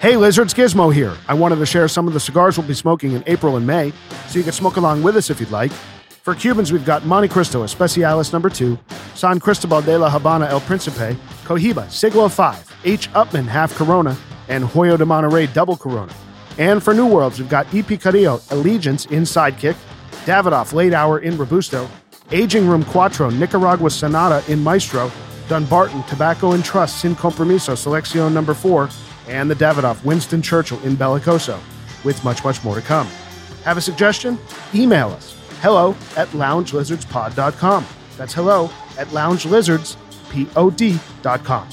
Hey, Lizards, Gizmo here. I wanted to share some of the cigars we'll be smoking in April and May, so you can smoke along with us if you'd like. For Cubans, we've got Monte Cristo Especialis Number 2, San Cristobal de la Habana El Principe, Cohiba Siglo 5, H. Upman Half Corona, and Hoyo de Monterey Double Corona. And for New Worlds, we've got EP Carrillo Allegiance in Sidekick, Davidoff Late Hour in Robusto, Aging Room Cuatro Nicaragua Sonata in Maestro, Dunbarton Tobacco and Trust Sin Compromiso Selección Number 4, and the Davidoff Winston Churchill in Bellicoso, with much, much more to come. Have a suggestion? Email us hello at loungelizardspod.com. That's hello at loungelizardspod.com.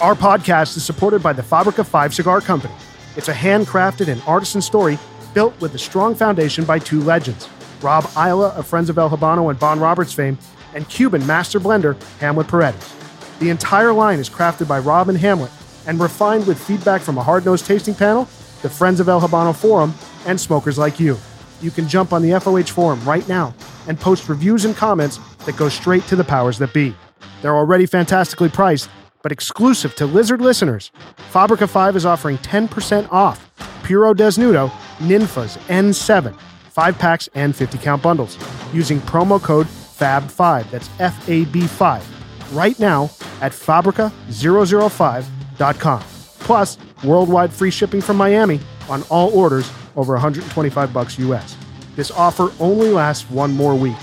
Our podcast is supported by the Fabrica 5 Cigar Company. It's a handcrafted and artisan story built with a strong foundation by two legends Rob Isla of Friends of El Habano and Bon Roberts fame, and Cuban master blender Hamlet Paredes. The entire line is crafted by Rob and Hamlet and refined with feedback from a hard nosed tasting panel, the Friends of El Habano Forum, and smokers like you. You can jump on the FOH Forum right now and post reviews and comments that go straight to the powers that be. They're already fantastically priced, but exclusive to Lizard listeners. Fabrica 5 is offering 10% off Puro Desnudo Ninfas N7, 5 packs and 50 count bundles, using promo code FAB5. That's F A B 5. Right now at Fabrica005.com. Plus, worldwide free shipping from Miami on all orders over 125 bucks US. This offer only lasts one more week.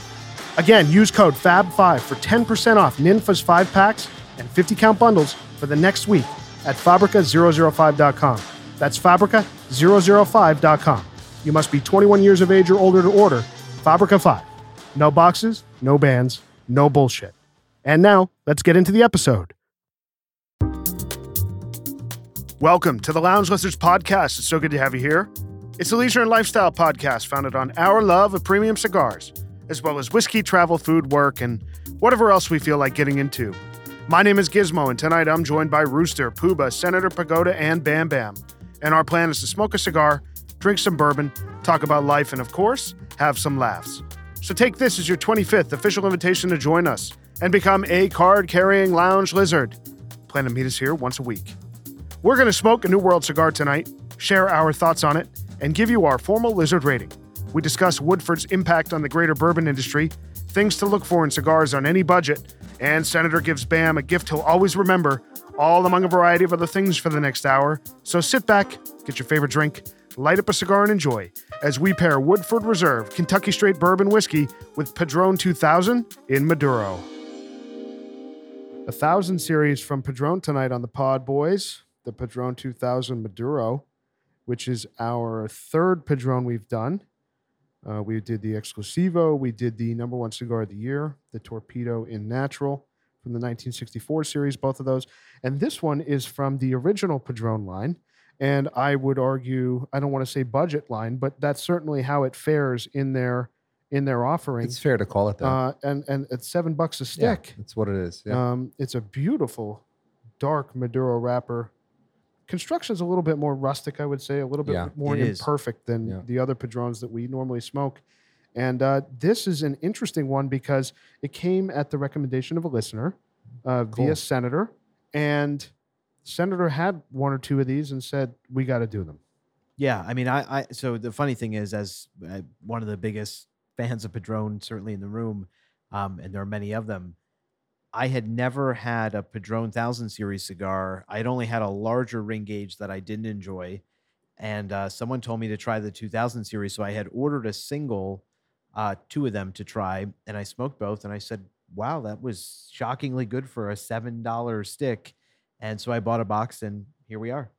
Again, use code FAB5 for 10% off Ninfa's 5 packs and 50 count bundles for the next week at Fabrica005.com. That's Fabrica005.com. You must be 21 years of age or older to order Fabrica 5. No boxes, no bands, no bullshit. And now, let's get into the episode. Welcome to the Lounge Lizards Podcast. It's so good to have you here. It's a leisure and lifestyle podcast founded on our love of premium cigars, as well as whiskey, travel, food, work, and whatever else we feel like getting into. My name is Gizmo, and tonight I'm joined by Rooster, Pooba, Senator Pagoda, and Bam Bam. And our plan is to smoke a cigar, drink some bourbon, talk about life, and of course, have some laughs. So take this as your 25th official invitation to join us and become a card carrying lounge lizard. Plan to meet us here once a week. We're going to smoke a New World cigar tonight, share our thoughts on it, and give you our formal lizard rating. We discuss Woodford's impact on the greater bourbon industry, things to look for in cigars on any budget, and Senator gives Bam a gift he'll always remember, all among a variety of other things for the next hour. So sit back, get your favorite drink, light up a cigar, and enjoy as we pair Woodford Reserve Kentucky Straight Bourbon Whiskey with Padron 2000 in Maduro. A thousand series from Padron tonight on the Pod Boys, the Padron 2000 Maduro, which is our third Padron we've done. Uh, we did the Exclusivo, we did the number one cigar of the year, the Torpedo in Natural from the 1964 series, both of those. And this one is from the original Padron line. And I would argue, I don't want to say budget line, but that's certainly how it fares in their in their offering. It's fair to call it that. uh, and and it's seven bucks a yeah, stick. that's what it is. Yeah. Um, it's a beautiful dark Maduro wrapper. Construction's a little bit more rustic, I would say, a little bit Yeah. more It is. imperfect than Yeah. the other Padrones that we normally smoke. And uh, this is an interesting one because it came at the recommendation of a listener uh, via Cool. Senator. And Senator had one or two of these and said, We got to do them. Yeah, I mean, I, I so the funny thing is, as uh, one of the biggest fans of Padron, certainly in the room, um, and there are many of them, I had never had a Padron Thousand Series cigar. I had only had a larger ring gauge that I didn't enjoy, and uh, someone told me to try the 2000 Series, so I had ordered a single, uh, two of them to try, and I smoked both, and I said, "Wow, that was shockingly good for a seven dollar stick," and so I bought a box, and here we are.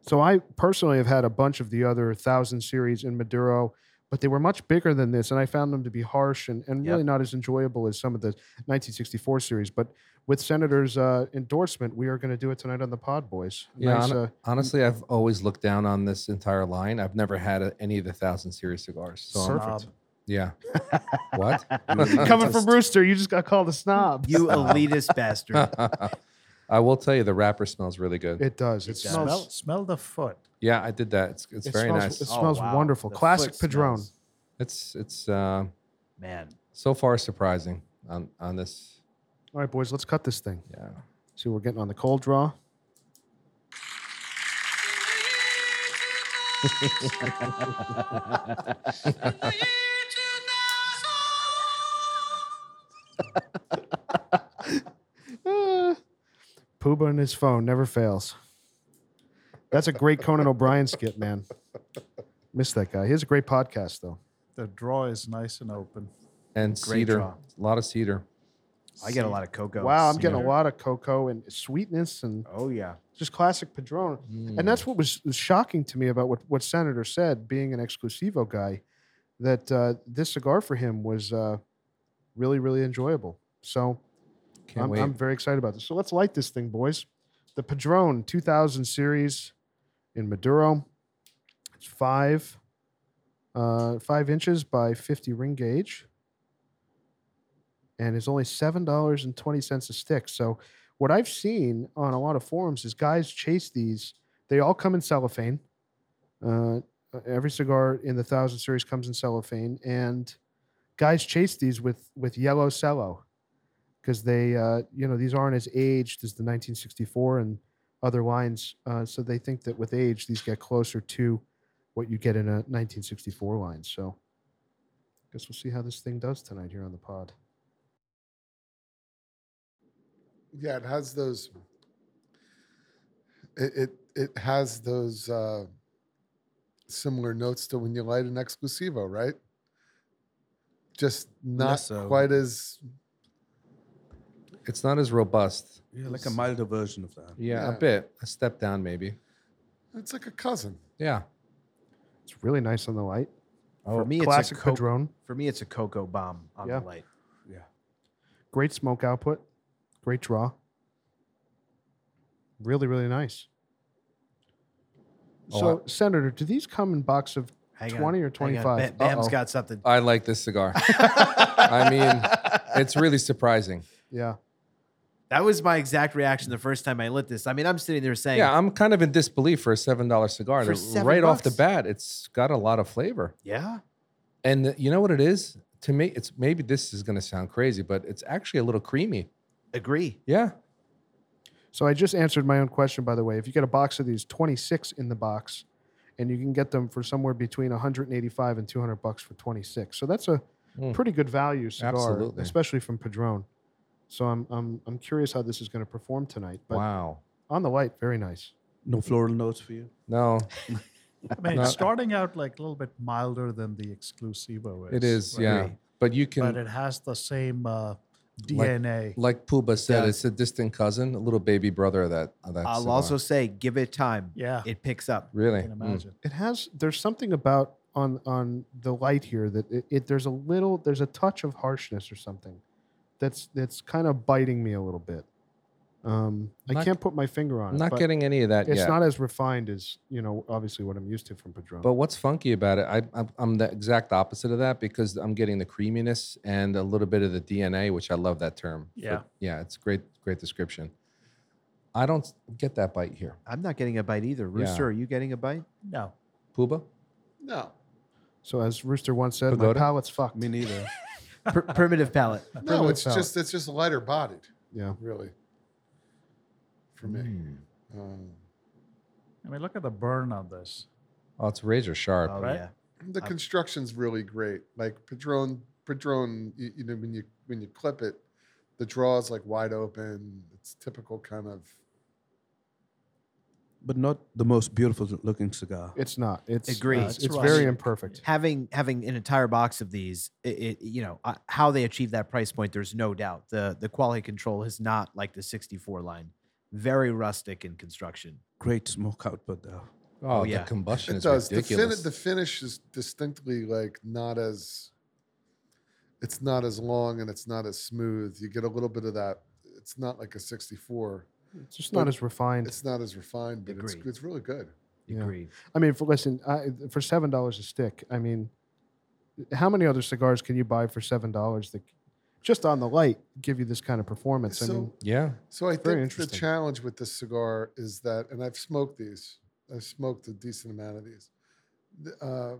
So I personally have had a bunch of the other thousand series in Maduro, but they were much bigger than this, and I found them to be harsh and, and Yep. really not as enjoyable as some of the 1964 series. But with Senator's uh, endorsement, we are going to do it tonight on the Pod Boys. Yeah, Nice, hon- uh, Honestly, I've always looked down on this entire line. I've never had a, any of the thousand series cigars. So I'm- uh, Perfect. Snob. yeah. what? uh, coming from Rooster, you just got called a snob. You elitist bastard. I will tell you, the wrapper smells really good. It does. It, does. smells. Smell, smell the foot. yeah, I did that. It's, it's It very smells- nice. it smells wonderful. Oh, foot Classic Padron. smells- It's it's uh, Man, so far surprising on on this. All right, boys, let's cut this thing. Yeah. See, we're getting on the cold draw. Pooba and his phone never fails. That's a great Conan O'Brien skit, man. Miss that guy. He has a great podcast, though. The draw is nice and open. and Great cedar, draw. a lot of cedar. I get a lot of cocoa. wow, I'm getting a cedar. lot of cocoa and sweetness and Oh yeah. just classic Padron. And that's what was shocking to me about what, what Senator said, being an exclusivo guy, that uh, this cigar for him was uh, really, really enjoyable. So Can't I'm, wait. I'm very excited about this. So let's light this thing, boys. The Padron 2000 series in Maduro. It's five, uh, five inches by 50 ring gauge. And it's only $7.20 a stick. So what I've seen on a lot of forums is guys chase these. They all come in cellophane. Uh, every cigar in the 1000 series comes in cellophane. And guys chase these with, with yellow cello because they, uh, you know, these aren't as aged as the 1964 and other lines. Uh, so they think that with age, these get closer to what you get in a 1964 line. So guess we'll see how this thing does tonight here on the pod. Yeah, it has those. It it, it has those uh, similar notes to when you light an exclusivo, right? Just not Less so. quite as it's not as robust. Yeah, like a milder version of that. Yeah, a Yeah. bit. A step down, maybe. It's like a cousin. Yeah. It's really nice on the light. for me, it's a Oh, Classic co- Padron. For me, it's a cocoa bomb on Yeah. the light. Great smoke output. Great draw. Really, really nice. Oh, I- So, Senator, do these come in box of Hang 20 or hang 25? Ba- Bam's Uh-oh. got something. I like this cigar. I mean, it's really surprising. yeah? That was my exact reaction the first time I lit this. I mean, I'm sitting there saying, Yeah, I'm kind of in disbelief for a seven dollar cigar. For And seven right off the bucks? bat, it's got a lot of flavor. yeah, And the- you know what it is? To me, it's maybe this is going to sound crazy, but it's actually a little creamy. agree. Yeah, So I just answered my own question, by the way. If you get a box of these, 26 in the box, and you can get them for somewhere between 185 and 200 bucks for 26. So that's a Mm. pretty good value cigar, Absolutely. especially from Padron. So I'm, I'm, I'm curious how this is going to perform tonight. But wow. on the light, very nice. No floral notes for you. No, I mean, No. it's starting out like a little bit milder than the exclusivo is. it is. right? Yeah, but you but can, it has the same uh, DNA. like Puba said, Yeah. it's a distant cousin, a little baby brother of that. Of that I'll cigar. also say, give it time. yeah, It picks up. really I can Mm. imagine. It has, there's something about on, on the light here that it, it, there's a little, there's a touch of harshness or something that's, that's kind of biting me a little bit. Um, I Not- can't put my finger on I'm it. not but- getting any of that It's yet. not as refined as you know, obviously what I'm used to from Padron. But what's funky about it, I, I'm, I'm the exact opposite of that because I'm getting the creaminess and a little bit of the DNA, which I love that term. for- Yeah. yeah, it's great, great description. I don't s- get that bite here. I'm not getting a bite either. Rooster, are you getting a bite? No, Puba? No. so as Rooster once said, my Pagoda? palate's fucked. me neither. Per- primitive palate. No, Primitive it's palate. just it's just lighter bodied, yeah, really. For me. Um, I mean, look at the burn on this. Oh, it's razor sharp. Oh Right? yeah. the I'm- construction's really great. Like Padron Padron, you, you know, when you when you clip it, the draw is like wide open. It's typical kind of but not the most beautiful looking cigar. it's not. It's Agree. It's, It's it's rushed. very imperfect. Having having an entire box of these, it, it you know uh, how they achieve that price point. There's no doubt. The the quality control is not like the 64 line. Very rustic in construction. Great smoke uh, output though. Oh, yeah. the combustion it is does. The, fin- ridiculous. the finish is distinctly like not as it's not as long and it's not as smooth. You get a little bit of that. It's not like a 64. It's just not But as refined. It's not as refined, but it's, Agreed. it's really good. Yeah. Agree. I mean, for, listen, I, for seven dollars a stick, I mean, how many other cigars can you buy for seven dollars that just on the light give you this kind of performance? I So- mean, yeah. So I Very think the interesting. challenge with this cigar is that, and I've smoked these. I've smoked a decent amount of these. The, uh,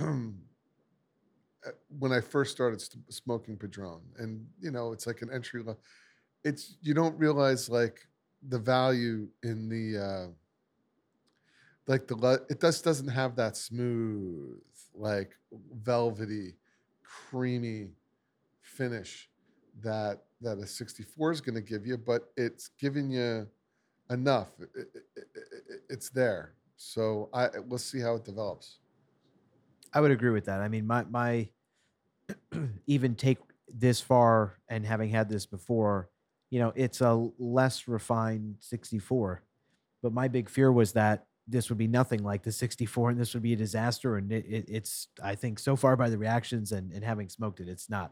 uh, when I first started st- smoking Padron, and you know, it's like an entry level. It's you don't realize like the value in the. Uh, like the le- it just doesn't have that smooth, like velvety, creamy finish that that a 64 is going to give you, but it's giving you enough. It- it- it- it- it's there. So I we'll see how it develops. I would agree with that. I mean, my my even take this far and having had this before, you know, it's a less refined 64. But my big fear was that this would be nothing like the 64 and this would be a disaster. And it, it, it's, I think, so far by the reactions and, and having smoked it, it's not.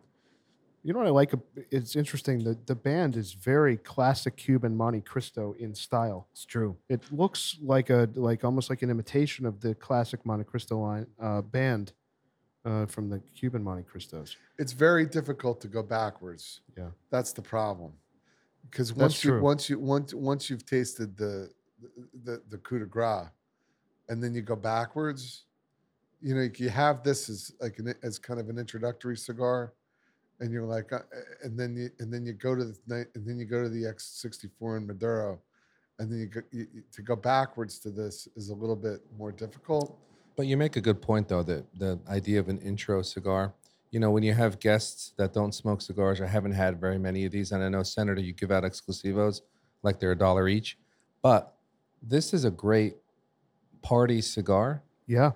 You know what I like? ab- It's interesting. The the band is very classic Cuban Monte Cristo in style. It's true. It looks like a like almost like an imitation of the classic Monte Cristo line uh, band uh, from the Cuban Monte Cristos. It's very difficult to go backwards. Yeah. that's the problem. Because That's once you true. once you once once you've tasted the the the coup de grace, and then you go backwards, you know like you have this as like an, as kind of an introductory cigar, and you're like, uh, and then you and then you go to the night and then you go to the X sixty four in Maduro, and then you, go, you you- to go backwards to this is a little bit more difficult. But you make a good point, though, that the idea of an intro cigar. You know, when you have guests that don't smoke cigars, I haven't had very many of these, and I know Senator, you give out exclusivos like they're a dollar each, but this is a great party cigar. Yeah,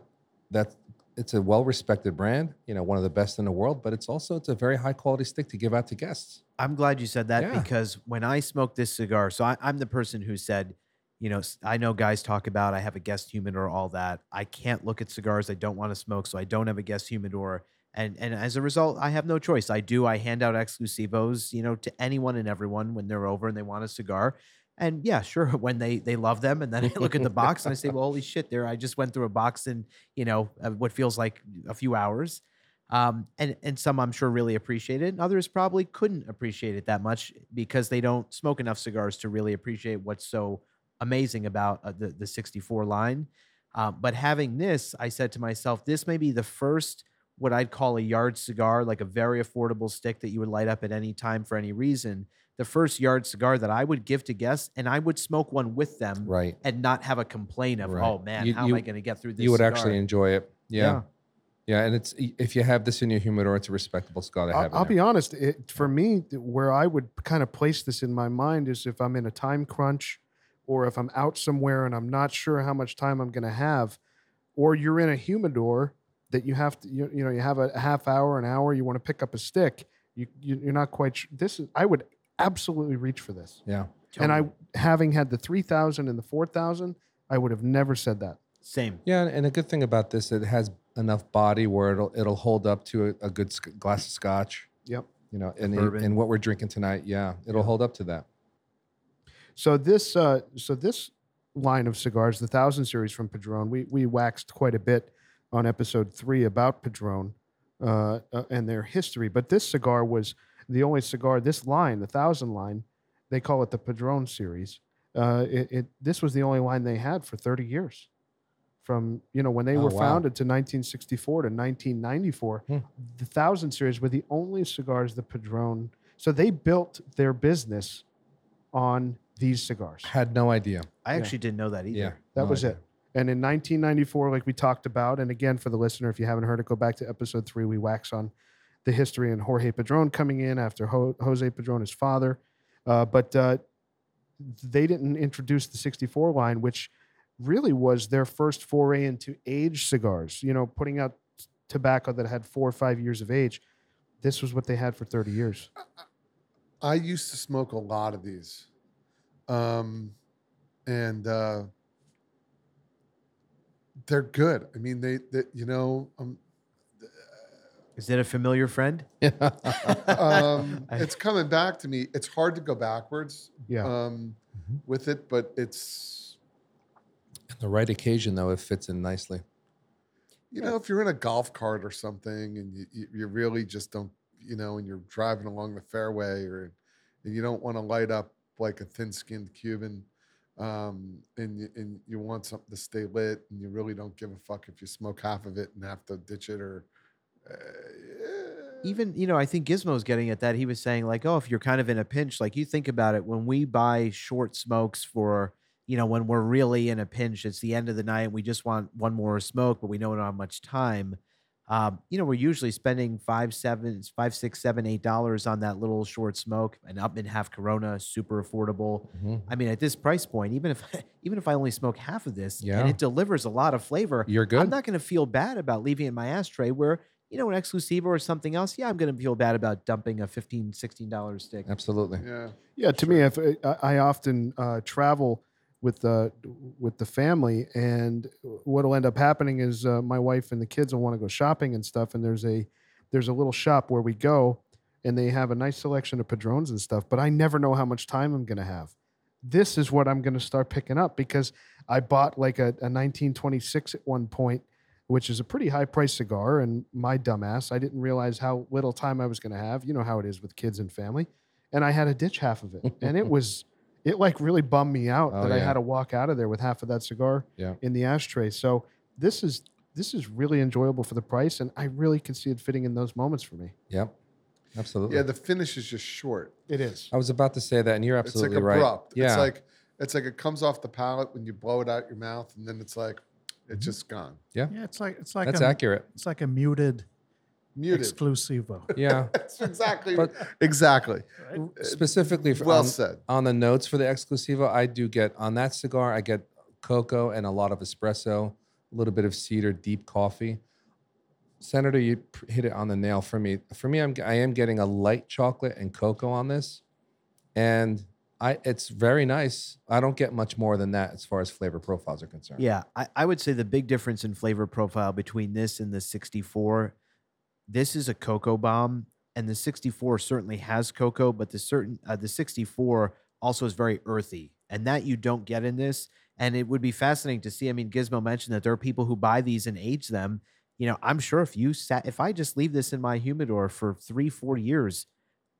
That it's a well-respected brand, you know, one of the best in the world, but it's also it's a very high-quality stick to give out to guests. I'm glad you said that Yeah. because when I smoked this cigar, so I, I'm the person who said, you know, s- I know guys talk about I have a guest humidor, all that. I can't look at cigars I don't want to smoke, so I don't have a guest humidor. And and as a result, I have no choice. I do. I hand out exclusivos, you know, to anyone and everyone when they're over and they want a cigar. And yeah, sure, when they they love them, and then I look at the box and I say, well, holy shit, there! I just went through a box in you know uh, what feels like a few hours um, and and some I'm sure really appreciate it, and others probably couldn't appreciate it that much because they don't smoke enough cigars to really appreciate what's so amazing about uh, the the 64 line. Um, but having this, I said to myself, this may be the first what I'd call a yard cigar, like a very affordable stick that you would light up at any time for any reason. The first yard cigar that I would give to guests, and I would smoke one with them Right. and not have a complaint of, Right. oh man, You- how am you- I going to get through this? You would cigar?" actually enjoy it. Yeah. yeah. and it's if you have this in your humidor, it's a respectable cigar to I'll, have. in I'll there. be honest. It, for me, th- where I would kind of place this in my mind is if I'm in a time crunch, or if I'm out somewhere and I'm not sure how much time I'm going to have, or you're in a humidor that you have to, you, you know, you have a half hour, an hour, you want to pick up a stick, you, you you're not quite. Sure. This is I would absolutely reach for this. Yeah. And I, having had the three thousand and the four thousand, I would have never said that. same. Yeah, and a good thing about this, it has enough body where it'll it'll hold up to a, a good sc- glass of scotch. Yep. You know, and, bourbon. and what we're drinking tonight, yeah, it'll hold up to that. So this, uh, so this line of cigars, the Thousand Series from Padron, we we waxed quite a bit on episode three about Padron uh, uh, and their history. But this cigar was the only cigar. This line, the Thousand line, they call it the Padron series. Uh, it, it this was the only line they had for thirty years, from you know when they Oh, were wow. founded to 1964 to 1994. Hmm. The Thousand series were the only cigars the Padron. So they built their business on these cigars. Had no idea. I Yeah. actually didn't know that either. Yeah, That no was idea. it. And in 1994, like we talked about, and again for the listener, if you haven't heard it, go back to episode three. We wax on the history and Jorge Padron coming in after Ho- Jose Padron, his father. Uh, but uh, they didn't introduce the 64 line, which really was their first foray into aged cigars, you know, putting out tobacco that had four or five years of age. This was what they had for 30 years. I used to smoke a lot of these, um, and uh, they're good. I mean, they, they you know, um, Is it a familiar friend? um, I- it's coming back to me. It's hard to go backwards Yeah. um, with it, but it's the right occasion though, it fits in nicely. you know, if you're in a golf cart or something, and you, you, you really just don't, you know, and you're driving along the fairway, or and you don't want to light up like a thin-skinned Cuban, um, and you, and you want something to stay lit, and you really don't give a fuck if you smoke half of it and have to ditch it, or uh, E Even, you know, I think Gizmo's getting at that. He was saying, like, oh, if you're kind of in a pinch, like you think about it, when we buy short smokes for, you know, when we're really in a pinch, it's the end of the night, we just want one more smoke, but we know we don't have much time. Um, you know, we're usually spending five, seven, five, six, seven, eight dollars on that little short smoke, an up and half Corona, super affordable. Mhm. I mean, at this price point, even if even if I only smoke half of this, Yeah. and it delivers a lot of flavor, You're good. I'm not going to feel bad about leaving it in my ashtray. Where you know, an exclusiva or something else, yeah, I'm going to feel bad about dumping a 15 dollars stick. Absolutely. Yeah. Yeah, to me, if I, I often uh, travel with the with the family, and what'll end up happening is uh, my wife and the kids will want to go shopping and stuff, and there's a there's a little shop where we go, and they have a nice selection of padrones and stuff, but I never know how much time I'm gonna have. This is what I'm gonna start picking up because I bought like a, a 1926 at one point, which is a pretty high price cigar, and my dumbass, I didn't realize how little time I was gonna have. You know how it is with kids and family and I had to ditch half of it. And it was, it like really bummed me out Oh, that I yeah. had to walk out of there with half of that cigar Yeah. in the ashtray. So this is this is really enjoyable for the price, and I really can see it fitting in those moments for me. Yep. Absolutely. Yeah. The finish is just short. It is. I was about to say that, and you're absolutely it's like right. abrupt. Yeah. It's like it's like it comes off the palate when you blow it out your mouth, and then it's like Mm-hmm. it's just gone. Yeah, it's like it's like That's a, accurate. It's like a muted, Muted. exclusivo. Yeah. That's exactly But- exactly. Specifically, um, for, Well on, said. on the notes for the Exclusivo, I do get on that cigar, I get cocoa and a lot of espresso, a little bit of cedar, deep coffee. Senator, you pr- hit it on the nail for me. For me, I'm, I am getting a light chocolate and cocoa on this, and I it's very nice. I don't get much more than that as far as flavor profiles are concerned. Yeah, I, I would say the big difference in flavor profile between this and the 64. This is a cocoa bomb, and the 64 certainly has cocoa, but the certain uh, the 64 also is very earthy, and that you don't get in this. And it would be fascinating to see. I mean, Gizmo mentioned that there are people who buy these and age them. You know, I'm sure if you sat, if I just leave this in my humidor for three, four years,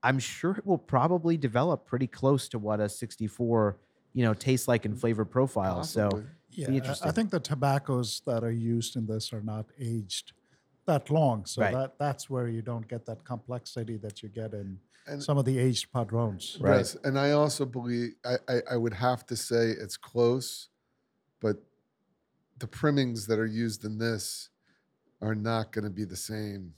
I'm sure it will probably develop pretty close to what a 64, you know, tastes like in flavor profile. So. Possibly. Yeah, Be I- I interesting. think the tobaccos that are used in this are not aged that long, so Right. that that's where you don't get that complexity that you get in And- some of the aged padrones. Right. Yes, and I also believe I, I I would have to say it's close, but the primings that are used in this are not going to be the same.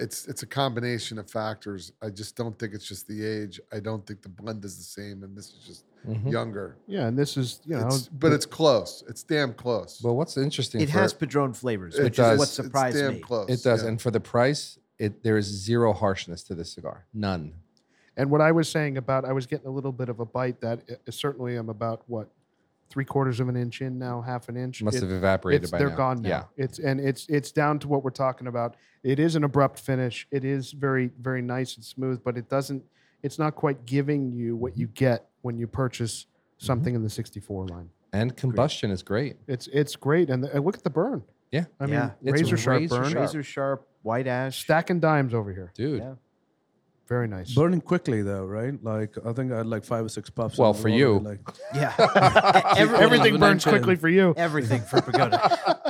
It's it's a combination of factors. I just don't think it's just the age. I don't think the blend is the same, and this is just Mm-hmm. Mm-hmm. Mhm. younger. Yeah, and this is you know, It's- but it's close. It's damn close. But what's interesting? It for, has Padron flavors, It which does. is what It's surprised damn me. Close. It does, yeah. and for the price, it there is zero harshness to this cigar. None. and what I was saying about I was getting a little bit of a bite that i certainly I'm about what three quarters of an inch in now, half an inch. Must It- have evaporated it's, by they're now. gone now. Yeah. It's and it's it's down to what we're talking about. It is an abrupt finish. It is very very nice and smooth, but it doesn't. It's not quite giving you what you get when you purchase Mm-hmm. something in the 64 line. And combustion is great. It's it's great, and, the, and look at the burn. Yeah. I mean Yeah. It's razor sharp razor burn. sharp. Razor sharp, white ash. Stacking dimes over here. Dude. Yeah. Very nice. Burning quickly though, right? Like I think I had like five or six puffs. Well, and it for was you. like, Yeah. Every- Everything burns quickly for you. Everything for Pagoda.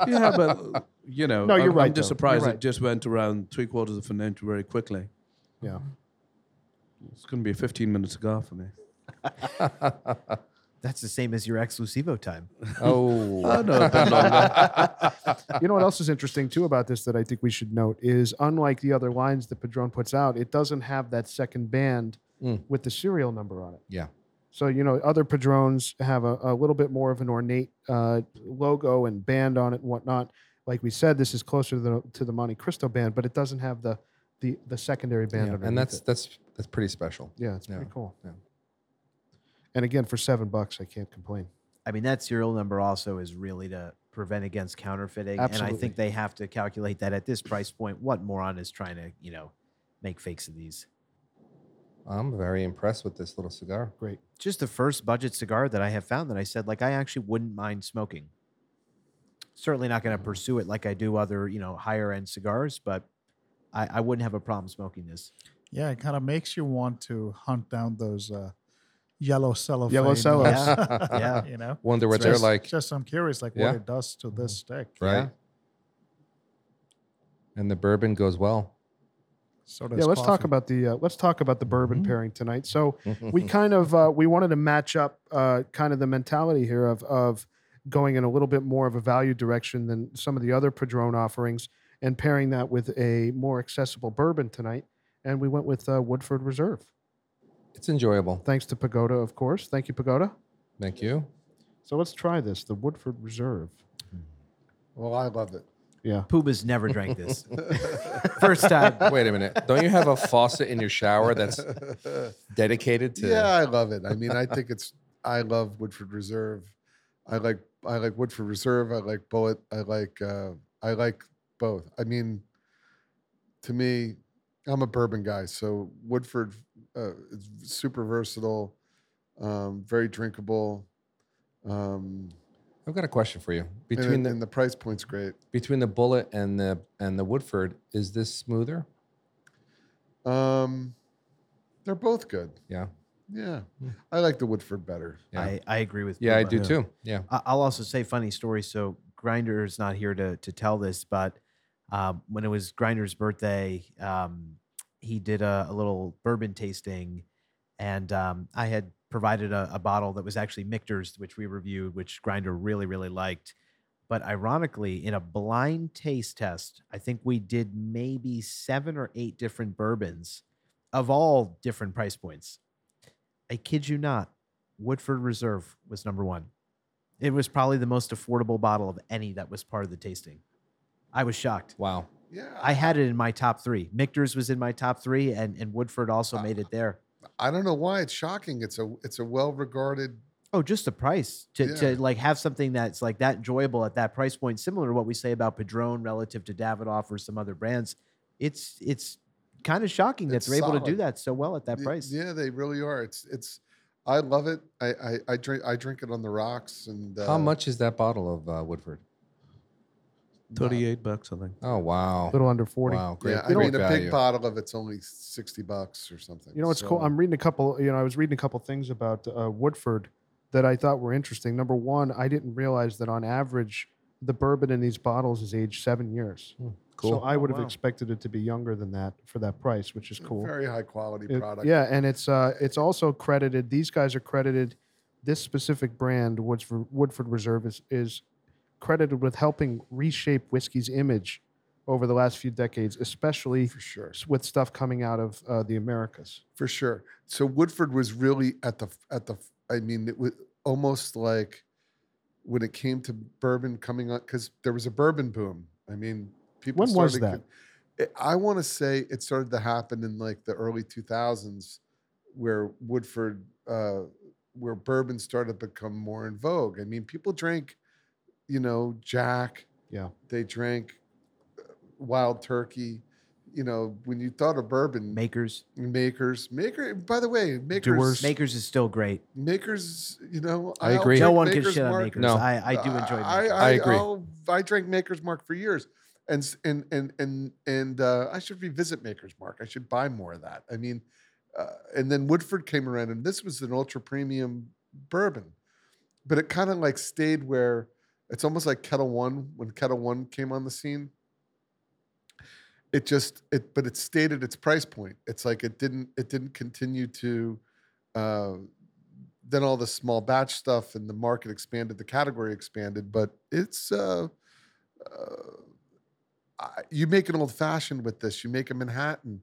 yeah, but you know, No, you're I'm, right, I'm just though. You're surprised right. it just went around three quarters of an inch very quickly. Yeah. It's going to be a 15 minute cigar for me. That's the same as your exclusivo time. Oh. you know what else is interesting too about this that I think we should note is unlike the other lines that Padron puts out, it doesn't have that second band Mm. with the serial number on it. Yeah. So you know, other Padrones have a, a little bit more of an ornate uh, logo and band on it and whatnot. Like we said, this is closer to the, to the Monte Cristo band, but it doesn't have the the, the secondary band. Yeah, underneath And that's it. that's that's pretty special. yeah, it's pretty yeah, cool. yeah. And again, for seven bucks, I can't complain. I mean, that serial number also is really to prevent against counterfeiting. And I Absolutely. think they have to calculate that at this price point. What moron is trying to, you know, make fakes of these? I'm very impressed with this little cigar. Great. Just the first budget cigar that I have found that I said, like, I actually wouldn't mind smoking. Certainly not going to pursue it like I do other, you know, higher end cigars, but I, I wouldn't have a problem smoking this. Yeah, it kind of makes you want to hunt down those uh, yellow cellophane. Yellow cellos. Yeah. Yeah. you know. Wonder what they're Just- like. Just I'm curious, like Yeah. Mm-hmm. what it does to this stick. right. And the bourbon goes well. So does Yeah, let's talk coffee. about the uh, let's talk about the bourbon Mm-hmm. pairing tonight. So Mm-hmm. we kind of uh, we wanted to match up uh, kind of the mentality here of of going in a little bit more of a value direction than some of the other Padron offerings and pairing that with a more accessible bourbon tonight. And we went with uh, Woodford Reserve. it's enjoyable. Thanks to Pagoda, of course. Thank you, Pagoda. Thank you. So let's try this, the Woodford Reserve. Well, I love it. Yeah. Puma's never drank this. First time. Wait a minute. Don't you have a faucet in your shower that's dedicated to? Yeah, I love it. I mean, I think it's. I love Woodford Reserve. I like. I like Woodford Reserve. I like Bullet. I like. Uh, I like both. I mean, to me, I'm a bourbon guy, so Woodford uh, is super versatile, um, very drinkable, um, I've got a question for you. and, Between it- the and the price point's great. between the bullet and the and the Woodford, is this smoother? Um, they're both good. Yeah. Hmm. Yeah, I like the Woodford better. Yeah. I, I agree with Yeah, I Puma. do too. Yeah. I- I'll also say funny story. So Grinder's not here to to tell this, but um, when it was Grinder's birthday, um, he did a, a little bourbon tasting, and um, I had provided a, a bottle that was actually Michter's, which we reviewed, which Grinder really really liked. But ironically, in a blind taste test, I think we did maybe seven or eight different bourbons of all different price points. I kid you not, Woodford Reserve was number one. It was probably the most affordable bottle of any that was part of the tasting. I was shocked. Wow. Yeah, I had it in my top three. Michter's was in my top three, and, and Woodford also made it there. I don't know why it's shocking. It's a it's a well regarded Oh, just the price to, Yeah. to like have something that's like that enjoyable at that price point, similar to what we say about Padron relative to Davidoff or some other brands. It's it's kind of shocking that It's they're able to do solid. that so well at that Y- price. Yeah, they really are. It's it's. I love it. I I, I drink I drink it on the rocks and uh, How much is that bottle of uh, Woodford? Thirty-eight bucks, I think. Oh A wow. little under 40. Wow. Great. Yeah, I great mean a value. big bottle of it's only sixty bucks or something. You know, it's cool. so- I'm reading a couple, you know, I was reading a couple things about uh, Woodford that I thought were interesting. Number one, I didn't realize that on average, the bourbon in these bottles is aged seven years. So Cool. I would have wow. expected it to be younger than that for that price, which is cool. Very high quality It- product. yeah, and it's uh, it's also credited. These guys are credited. This specific brand, Woodford, Woodford Reserve, is is credited with helping reshape whiskey's image over the last few decades, especially for sure, with stuff coming out of uh, the Americas. for sure. So Woodford was really at the at the. I mean, it was almost like when it came to bourbon coming on because there was a bourbon boom. I mean, people. When was started- It- I want to say it started to happen in like the early two thousands, where Woodford, uh, where bourbon started to become more in vogue. I mean, people drank, you know, Jack. Yeah. They drank uh, Wild Turkey. You know, when you thought of bourbon, Makers, makers, maker. By the way, makers, Doers. Makers is still great. makers. You know, I I'll agree. No drink one can Maker's shit on Mark. Makers. No. I, I do enjoy. Makers. I, I agree. I'll- I drank Maker's Mark for years, and s- and and and and uh, I should revisit Maker's Mark. I should buy more of that. I mean, uh, and then Woodford came around, and this was an ultra premium bourbon, but it kind of like stayed where it's almost like Kettle One when Kettle One came on the scene. It just it, but it stayed at its price point. It's like it didn't it didn't continue to. Uh, then all the small batch stuff and the market expanded, the category expanded. But it's uh, uh, I, you make an old fashioned with this. You make a Manhattan.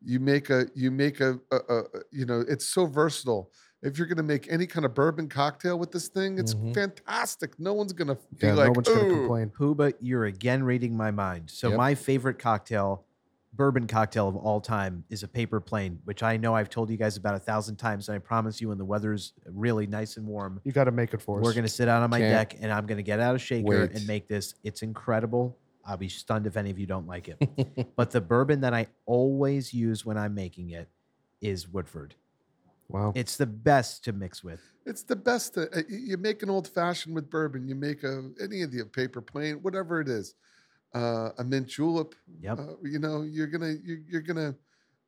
You make a you make a, a, a you know it's so versatile. If you're going to make any kind of bourbon cocktail with this thing, it's Mhm. fantastic. No one's going to Mm-hmm. be Yeah, like, no one's going to "Ooh." complain. Puba, you're again reading my mind. So Yep. my favorite cocktail, bourbon cocktail of all time, is a paper plane, which I know I've told you guys about a thousand times, and I promise you, when the weather's really nice and warm, You got to make it for us. we're gonna sit out on my Can't deck and I'm gonna get out a shaker wait. and make this. It's incredible. I'll be stunned if any of you don't like it. but the bourbon that I always use when I'm making it is Woodford. wow. It's the best to mix with. It's the best. That, uh, y- you make an old fashioned with bourbon. You make a any of the paper plane, whatever it is, uh, a mint julep. Yep. Uh, you know, you're gonna you're, you're gonna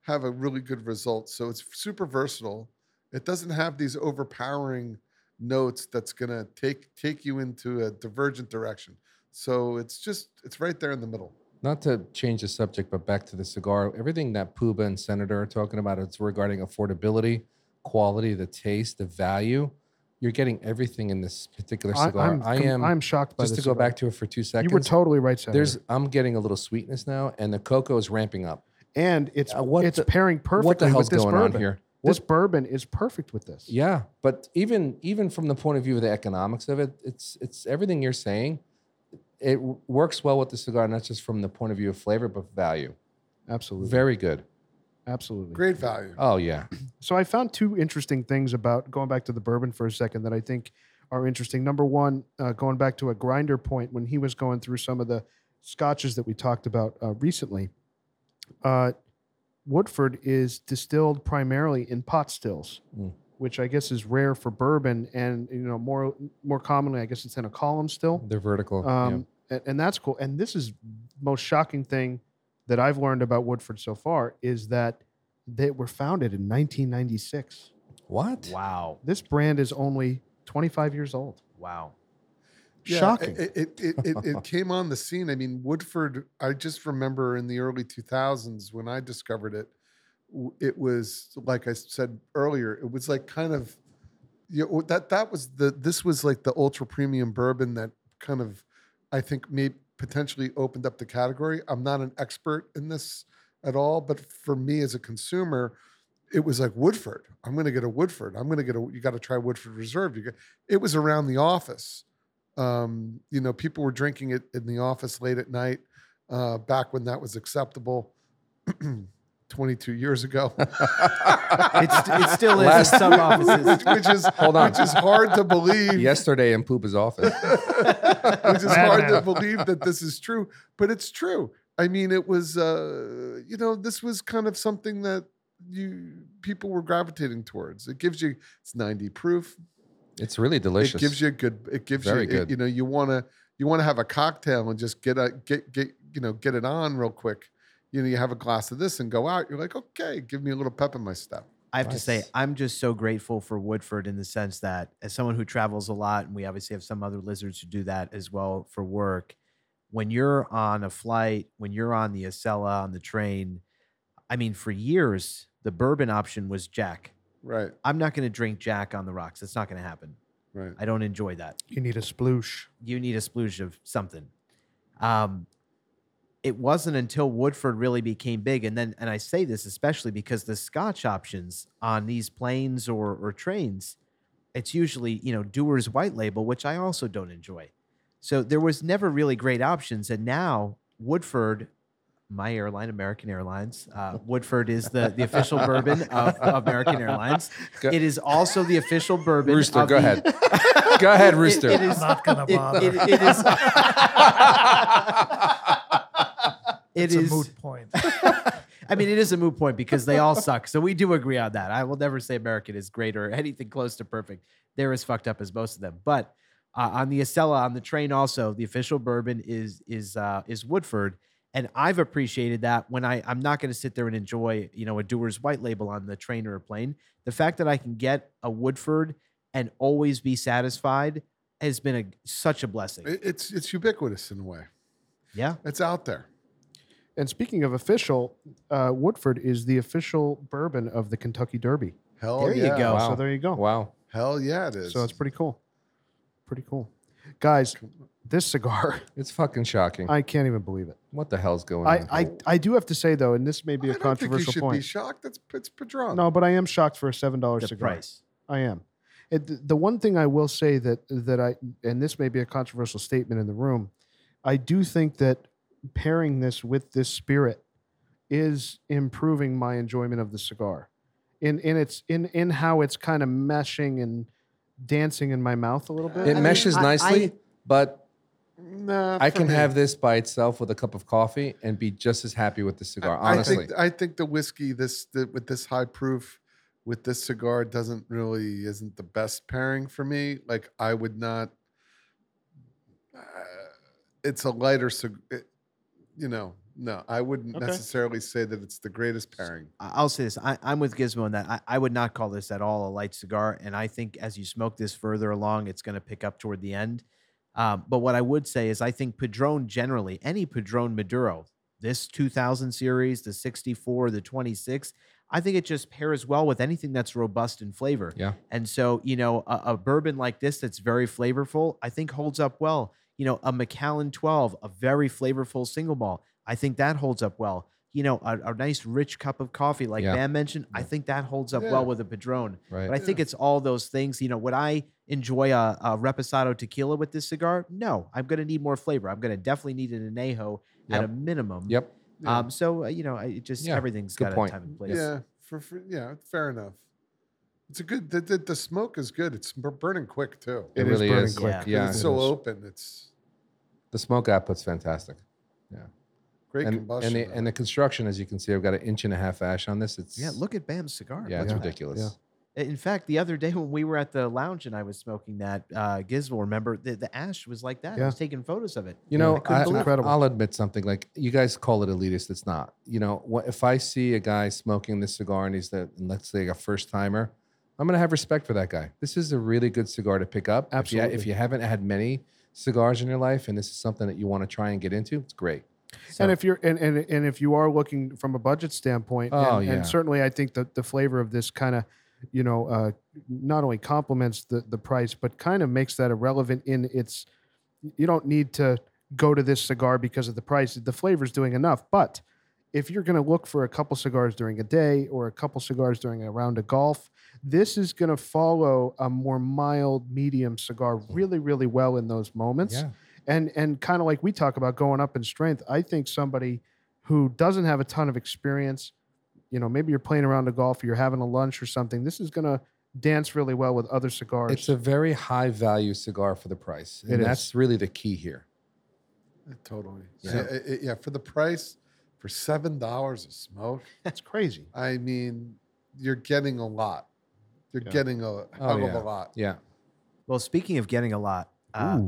have a really good result. So it's super versatile. It doesn't have these overpowering notes that's gonna take take you into a divergent direction. So it's just it's right there in the middle. Not to change the subject, but back to the cigar. Everything that Puba and Senator are talking about, it's regarding affordability, quality, the taste, the value. You're getting everything in this particular I, cigar. I'm, I com- am I'm shocked by just to this go cigar. back to it for two You seconds. were totally right, Senator. there's I'm getting a little sweetness now, and the cocoa is ramping up. and it's Uh, what it's the- pairing perfectly what the hell's with this going bourbon. on here? This bourbon is perfect with this. Yeah, but even even from the point of view of the economics of it, it's it's everything you're saying. It w- works well with the cigar, not just from the point of view of flavor, but value. Absolutely. Very good. Absolutely. Great value. Oh yeah, So I found two interesting things about going back to the bourbon for a second that I think are interesting. Number one, uh, going back to a grinder point when he was going through some of the scotches that we talked about uh, recently. Uh, Woodford is distilled primarily in pot stills, Mm. which I guess is rare for bourbon, and you know more more commonly, I guess it's in a column still. they're vertical. Um, a- and, that's cool. And this is most shocking thing that I've learned about Woodford so far is that they were founded in 1996. yeah. What? Wow. This brand is only 25 years old. Wow. Yeah, Shocking. It it, it, it it came on the scene. I mean, Woodford. I just remember in the early 2000s when I discovered it. w- It was like I said earlier. It was like kind of you know, that that was the this was like the ultra premium bourbon that kind of I think may potentially opened up the category. I'm not an expert in this at all, but for me as a consumer, it was like Woodford. I'm going to get a Woodford. I'm going to get a. You got to try Woodford Reserve. You get, it was around the office um, you know, people were drinking it in the office late at night uh, back when that was acceptable 22 years ago. It's, it still is in Last- some offices. which, which is Hold on. which is hard to believe. Yesterday in Poopa's office. which is Madman. hard to believe that this is true, but it's true. I mean, it was uh, you know, this was kind of something that you people were gravitating towards. It gives you it's 90 proof, It's really delicious. It gives you a good. It gives Very you. good. you know, you want to you want to have a cocktail and just get a get get you know get it on real quick. You know, you have a glass of this and go out. You're like, okay, give me a little pep in my step. I have to say, Nice. I'm just so grateful for Woodford in the sense that, as someone who travels a lot, and we obviously have some other lizards who do that as well for work, when you're on a flight, when you're on the Acela, on the train, I mean, for years, the bourbon option was Jack. Right, I'm not going to drink Jack on the rocks. That's not going to happen. right. I don't enjoy that. You need a sploosh. You need a splooge of something. Um, it wasn't until Woodford really became big, and then and I say this especially because the Scotch options on these planes or or trains, it's usually you know Dewar's White Label, which I also don't enjoy. So there was never really great options, and now Woodford, my airline, American Airlines, uh, Woodford is the the official bourbon of, of American Airlines. Go- It is also the official bourbon. Rooster, of go the- ahead. Go ahead, It- Rooster. it is- Not gonna it- bother. it- it is. It it's is- a moot point. I mean, it is a moot point because they all suck. So we do agree on that. I will never say American is great or anything close to perfect. They're as fucked up as most of them. But uh, on the Acela, on the train, also the official bourbon is is uh, is Woodford, and I've appreciated that. When I I'm not going to sit there and enjoy you know a Dewar's White Label on the train or a plane. The fact that I can get a Woodford and always be satisfied has been a such a blessing. It- it's it's ubiquitous in a way. yeah, It's out there. And speaking of official, uh, Woodford is the official bourbon of the Kentucky Derby. Hell There you Oh, yeah. go. Wow. So there you go. wow. Hell yeah, it is. So it's pretty cool. Pretty cool. Guys, this cigar, It's fucking shocking. I can't even believe it. what the hell's going I, on? I, I do have to say though, and this may be I a don't think you controversial should point. be shocked. That's it's Padron. No, but I am shocked for a seven dollars the cigar. price. I am. It, th- the one thing I will say that that I and this may be a controversial statement in the room, I do think that pairing this with this spirit is improving my enjoyment of the cigar, in in its in in how it's kind of meshing and dancing in my mouth a little bit. it I mean, meshes I- nicely, I- but Nah, I for can me. have this by itself with a cup of coffee and be just as happy with the cigar. I- Honestly, I think, I think the whiskey this the, with this high proof with this cigar doesn't really isn't the best pairing for me. Like I would not. Uh, it's a lighter, cig- it, you know. No, I wouldn't Okay. necessarily say that it's the greatest pairing. I- I'll say this. I, I'm with Gizmo on that. I, I would not call this at all a light cigar. And I think as you smoke this further along, it's going to pick up toward the end. Um, but what I would say is I think Padron generally, any Padron Maduro, this 2000 series, the 64, the 26. I think it just pairs well with anything that's robust in flavor. Yeah. And so, you know, a, a bourbon like this that's very flavorful, I think holds up well. You know, a Macallan 12, a very flavorful single malt, I think that holds up well. You know, a, a nice rich cup of coffee, like Yeah. Bam mentioned, I Yeah. think that holds up Yeah. well with a Padron. Right. But I think it's all those things. You know, would I enjoy a, a Reposado tequila with this cigar? No, I'm going to need more flavor. I'm going to definitely need an anejo at a Yep. minimum. Yep. Yeah. Um, so uh, you know, I- it just Yeah, everything's good got point. a time and place. Yeah, for, for yeah, fair enough. It's a good. The, the, the smoke is good. It's bur- burning quick too. It, It is really burning is. quick. Yeah. Yeah. it's it so is. open. It's The smoke output's fantastic. great and, combustion. And the, and the construction, as you can see, I've got an inch and a half ash on this. It's Yeah, look at Bam's cigar. Yeah, it's Look at that. ridiculous. In fact, the other day when we were at the lounge and I was smoking that uh, Gizmo, remember the, the ash was like that. I Yeah. was taking photos of it. You Yeah, know, I couldn't believe- Incredible. will admit something. Like you guys call it elitist, it's not. You know, what, if I see a guy smoking this cigar and he's the and let's say a first timer, I'm gonna have respect for that guy. This is a really good cigar to pick up. If you- If you, Absolutely. haven't had many cigars in your life and this is something that you want to try and get into, it's great. So- and if you're and, and and if you are looking from a budget standpoint, Oh, and, yeah. and certainly I think that the flavor of this kind of, you know, uh, not only complements the the price, but kind of makes that irrelevant in its. You don't need to go to this cigar because of the price. The flavor's doing enough, but if you're going to look for a couple cigars during a day or a couple cigars during a round of golf, this is going to follow a more mild, medium cigar really, really well in those moments yeah, and and kind of like we talk about going up in strength i think somebody who doesn't have a ton of experience you know maybe you're playing around the golf or you're having a lunch or something this is going to dance really well with other cigars it's a very high value cigar for the price, and It is. that's really the key here. totally. Yeah. Yeah. it- it- yeah. For the price, for seven dollars a smoke, it's crazy I mean, you're getting a lot. You're Yeah. getting a hell of yeah. a lot. Yeah, Well, speaking of getting a lot, uh,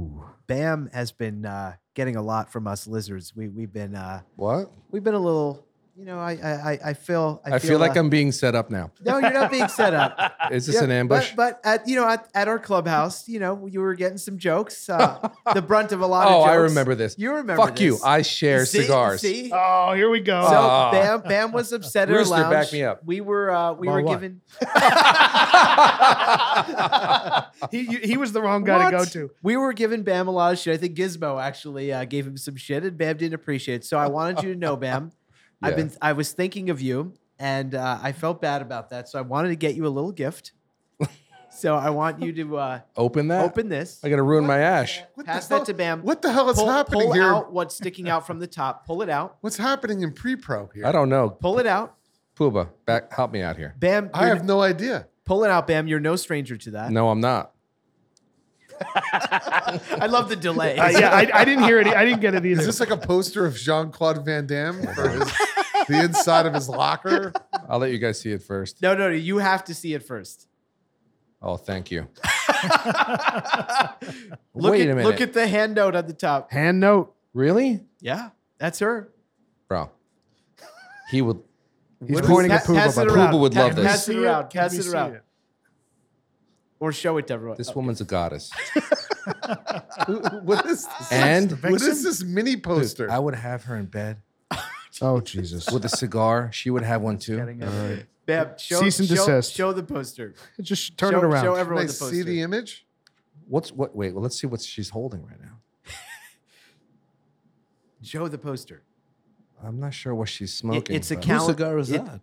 Bam has been uh, getting a lot from us lizards. We we've been uh, what? we've been a little, you know, I I I- I feel I, feel, like uh, I'm being set up now. No, you're not being set up. Is this Yeah, an ambush? But, but at you know at, at our clubhouse, you know, you were getting some jokes. Uh, the brunt of a lot oh, of jokes. I remember this. You remember? Fuck you! this. I share See? cigars. See? oh here we go So Ah. Bam, Bam was upset at our Rooster, lounge. back me up. We were uh, we About were what? given he, you- he was the wrong guy to go What? to we were giving Bam a lot of shit. I think Gizmo actually uh, gave him some shit, and Bam didn't appreciate it. So I wanted you to know, Bam, I've Yeah. been I was thinking of you, and uh, I felt bad about that. So I wanted to get you a little gift. so I want you to uh, Open that. open this. I gotta ruin my ash. What the Pass hell- that to Bam. What the hell is pull, happening pull here? out what's sticking out from the top. Pull it out. What's happening in pre-pro here? I don't know. Pull it out. Pooba, back help me out here. Bam. I you're- have no idea. pull it out, Bam. You're no stranger to that. No, I'm not. I love the delay. Uh, yeah I, I didn't hear it i didn't get it either Is this like a poster of Jean Claude Van Damme for his, the inside of his locker? I'll let you guys see it first. No, no, no. You have to see it first. Oh, thank you. Look Wait at, a minute. Look at the hand note on the top. hand note Really? Yeah, that's her. Bro. He would he's What is- pointing Pa- at Pooba, pass by it the way. around. Pooba would Pa- love this. Pass it See it? around. Can Pass we it see around. it? Or show it to everyone. this woman's a goddess. what is this? And what is this mini poster? I would have her in bed oh jesus with a cigar. She would have one too. Getting everything. Bam, show, Cease and show- desist. Show the poster. just turn show, it around Show Can everyone I the poster. see the image? What's what wait, well, let's see what she's holding right now. show the poster. I'm not sure what she's smoking. it's a but- cal- Whose cigar is it- that?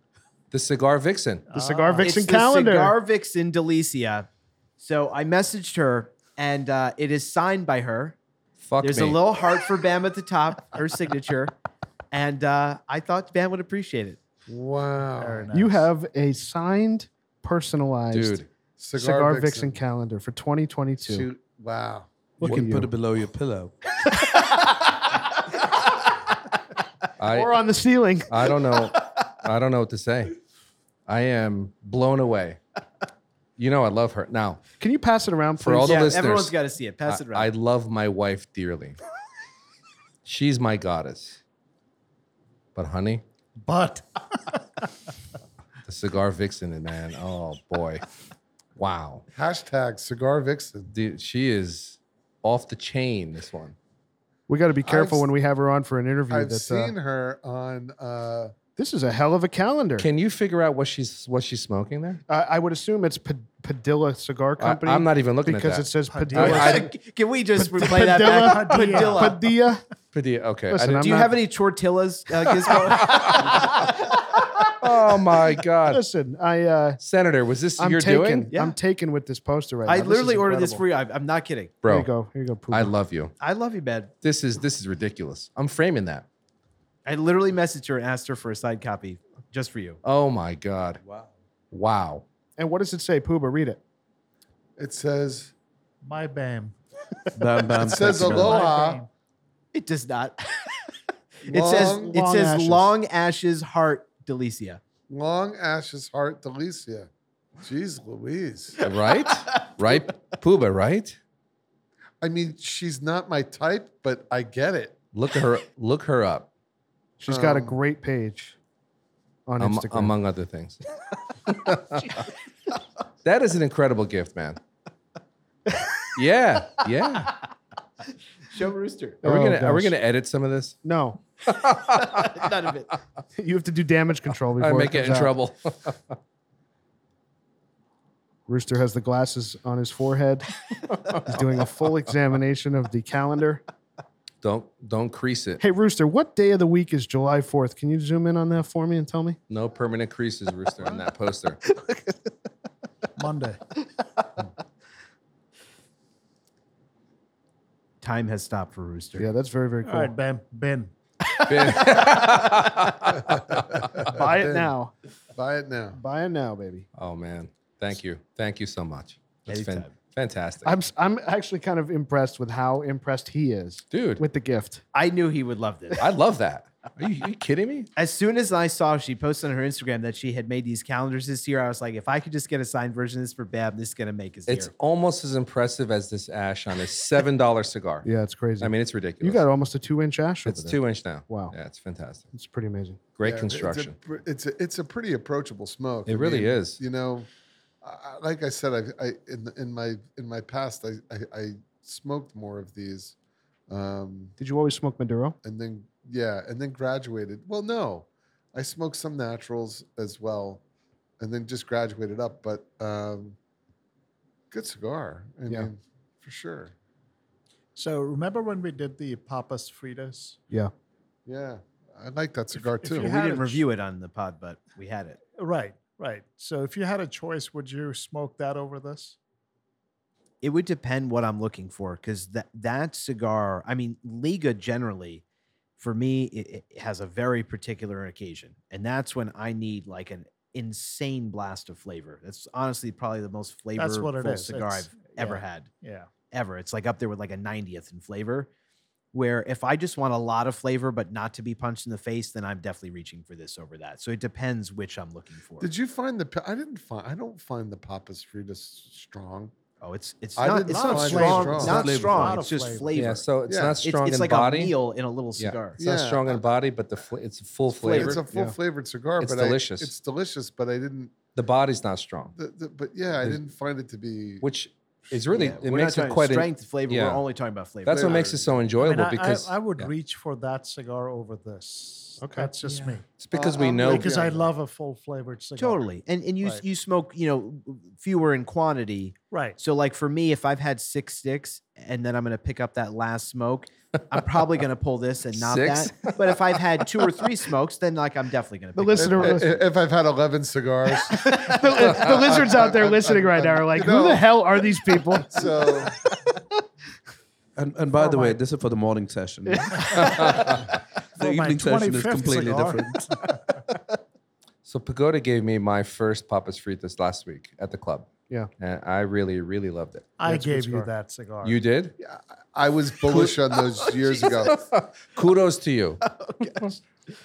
the cigar vixen. the cigar Ah, vixen it's calendar The cigar vixen Delicia. So I messaged her, and uh, it is signed by her. Fuck There's me. a little heart for Bam at the top, her signature, and uh, I thought Bam would appreciate it. Wow. you have a signed personalized Dude, Cigar, cigar, vixen. calendar for 2022 Shoot. Wow. You What can you- put it below your pillow. or I on the ceiling I don't know. I don't know what to say. I am blown away. You know I love her. Now, Can you pass it around, please? For all the yeah, listeners, everyone's got to see it. Pass I, it around. I love my wife dearly. She's my goddess. But honey, But the cigar vixen, man. Oh boy, wow, Hashtag cigar vixen. dude, she is off the chain. This one. We got to be careful I've- when we have her on for an interview. I've that, uh, seen her on. Uh, this is a hell of a calendar. Can you figure out what she's what she's smoking there? Uh, I would assume it's P- Padilla Cigar I, Company. am not even looking because it at that. says Padilla. Padilla. I- I- Can we just Pad- replay that back? Padilla. Padilla. Padilla. Padilla. Okay. I Listen, didn't- I'm Do you not- have any tortillas, uh, Gizmo? oh my God, Listen, I uh, Senator, was this I'm you're taken. doing? Yeah. I'm taken with this poster right now. I is literally ordered this incredible. for you. I, I'm not kidding. Here Bro, you go. Here you go. Puma. I love you. I love you, man. This is this is ridiculous. I'm framing that. I literally messaged her and asked her for a side copy just for you. Oh my God. Wow. Wow. and what does it say, Pooba? Read it. it says My BAM. Bam, bam, it says sexy, man. My uh, aloha. BAM. It does not. it Long, says it long says ashes. long ashes heart delicia. long ashes heart, Delicia. Jeez Louise. Right? right? Pooba, right? I mean, she's not my type, but I get it. Look her look her up. She's Oh. got a Um, great page on am- Instagram. among other things. that is an incredible gift, man. Yeah, yeah. Show Rooster. Are we Oh, gonna are we gosh. gonna edit some of this? no, None of it. you have to do damage control before I it may get comes in out. trouble. Rooster has the glasses on his forehead. He's doing a full examination of the calendar. don't don't crease it. Hey, Rooster, what day of the week is July 4th? Can you zoom in on that for me and tell me? No permanent creases, Rooster, on that poster. Monday. Time has stopped for Rooster. Yeah, that's very, very All cool. right, BAM. Ben. Ben- Buy it Ben, now. Buy it now. Buy it now, baby. oh man, thank you, thank you so much. That's fan- Anytime. fantastic, I'm, s- I'm actually kind of impressed with how impressed he is dude. with the gift. I knew he would love this. I love that. Are you, are you kidding me? As soon as I saw she posted on her Instagram that she had made these calendars this year, I was like, if I could just get a signed version of this for Bab, this is gonna make his It's year. almost as impressive as this ash on a seven dollar cigar. Yeah, it's crazy. I mean, it's ridiculous. you got almost a two inch ash. It's over there. two inch now. Wow. Yeah, it's fantastic. It's pretty amazing. Great Yeah, construction. It's a, pr- it's a it's a pretty approachable smoke. It really is. You know, I, I- like I said, I, I in in my in my past, I I, I smoked more of these, um, Did you always smoke Maduro? and then yeah, and then graduated. Well, no, I smoked some naturals as well, and then just graduated up. But um, good cigar. I Yeah. mean, for sure. So remember when we did the Papas Fritas? Yeah. Yeah, I like that cigar if too. you we had didn't it. review it on the pod, but we had it. Right, right. So if you had a choice, would you smoke that over this? It would depend what I'm looking for because that that cigar, I mean, Liga generally, for me, it, it has a very particular occasion, and that's when I need like an insane blast of flavor. That's honestly probably the most flavorful That's what it is. cigar It's- I've ever yeah. had. Yeah. ever. It's like up there with like a 90th in flavor. Where if I just want a lot of flavor but not to be punched in the face, then I'm definitely reaching for this over that. So it depends which I'm looking for. Did you find the? pa- I didn't find. I don't find the Papas Fritas strong. oh, it's it's I not didn't it's find not it strong, strong. It's not flavorful. strong. Lot It's of just flavor. flavor. Yeah, so it's Yeah. not It's- it's, strong it's in like body. a meal in a little Yeah. cigar. It's not Yeah. strong in body, but the fl- it's full flavor. It's a full Yeah. flavored cigar, It's but I- delicious. it's delicious, but I didn't. the body's not strong, The, the, but yeah, I There's- didn't find it to be. which is really Yeah, it we're makes not it talking quite. a- strength flavor. We're yeah. only talking about flavor. that's what flavor. makes it so I, mean, enjoyable I- I- because I, would yeah. reach for that cigar over this. Okay. Okay. That's just me. it's because Uh, we I'm know. like- Because I Yeah. love a full flavored cigar. Totally. And and you s- Right. you smoke, you know, fewer in quantity, Right. So like for me, if I've had six sticks and then I'm gonna pick up that last smoke, I'm probably gonna pull this and not Six? that. But if I've had two or three smokes, then like I'm definitely gonna. The pick up- if, listener, if- if I've had eleven cigars, the, the lizards out there listening right now are like, You know- who the hell are these people? so And, and by For Oh the way, my- this is for the morning session. For the Oh, my evening session is 25th completely cigar. different. So Pagoda gave me my first Papas Fritas last week at the club. Yeah. and I really, really loved it. I That's a good gave you cigar. that cigar. You did? I was bullish on those years ago. Kudos to you.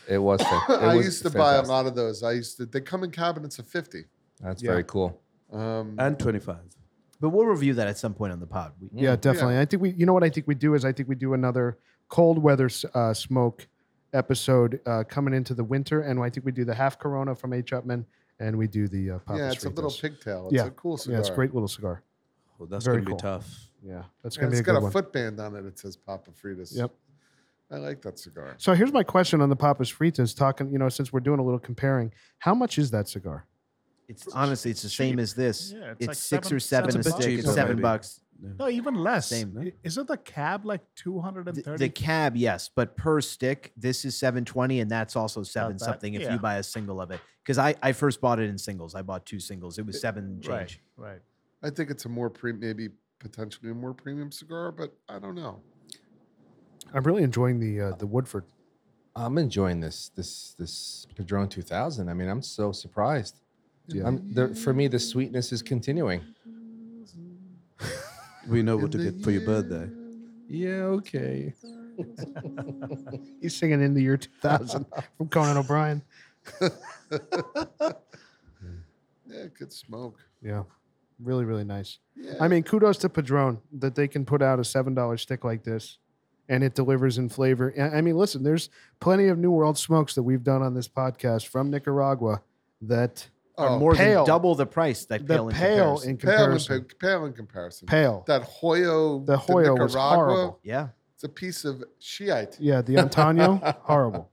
It was. fa- It Oh, I was used to buy fantastic. a lot of those. I used to. They come in cabinets of fifty. That's Yeah. very cool. Um, And 25. But we'll review that at some point on the pod. We, Yeah, Mm. definitely. I think we, you know what I think we do is I think we do another cold weather s- uh, smoke episode uh, coming into the winter. And I think we do the half Corona from H. Upman and we do the uh, Papas yeah, it's a little Fritas. pigtail. It's Yeah. a cool cigar. Yeah, it's a great little cigar. Oh, that's Very going to cool. be tough. Yeah, that's And going to it's be a got good a one. footband on it. It says Papa Fritas. Yep. I like that cigar. So here's my question on the Papas Fritas. Talking, you know, since we're doing a little comparing, how much is that cigar? It's honestly, it's the same as this. Yeah, it's it's like six or seven- seven seven a bucks. stick. Cheaper, It's seven maybe. bucks. No, even less. Same, no? I- Isn't the cab like two hundred and The, thirty? the cab, yes, but per stick, this is seven twenty, and that's also seven that- something if yeah. you buy a single of it. Because I, I first bought it in singles. I bought two singles. It was seven Right, change. right. I think it's a more pre, maybe potentially a more premium cigar, but I don't know. I'm really enjoying the uh, the Woodford. I'm enjoying this this this Padron 2000. I mean, I'm so surprised. Yeah. I'm, the, for me, the sweetness is continuing. We know what In to the get for your birthday. Yeah, okay. He's singing in the year 2000 from Conan O'Brien. Yeah, good smoke. Yeah, really, really nice. Yeah, I mean, kudos to Padron that they can put out a seven dollar stick like this, and it delivers in flavor. I I mean, listen, there's plenty of New World smokes that we've done on this podcast from Nicaragua that Or Oh, more pale. than double the price that the pale pale, in in comparison. pale, in, comparison, pa- pale in comparison. pale, That Hoyo, The Hoyo was Nicaragua, horrible. yeah. It's a piece of Shiite. yeah, the Antonio, horrible.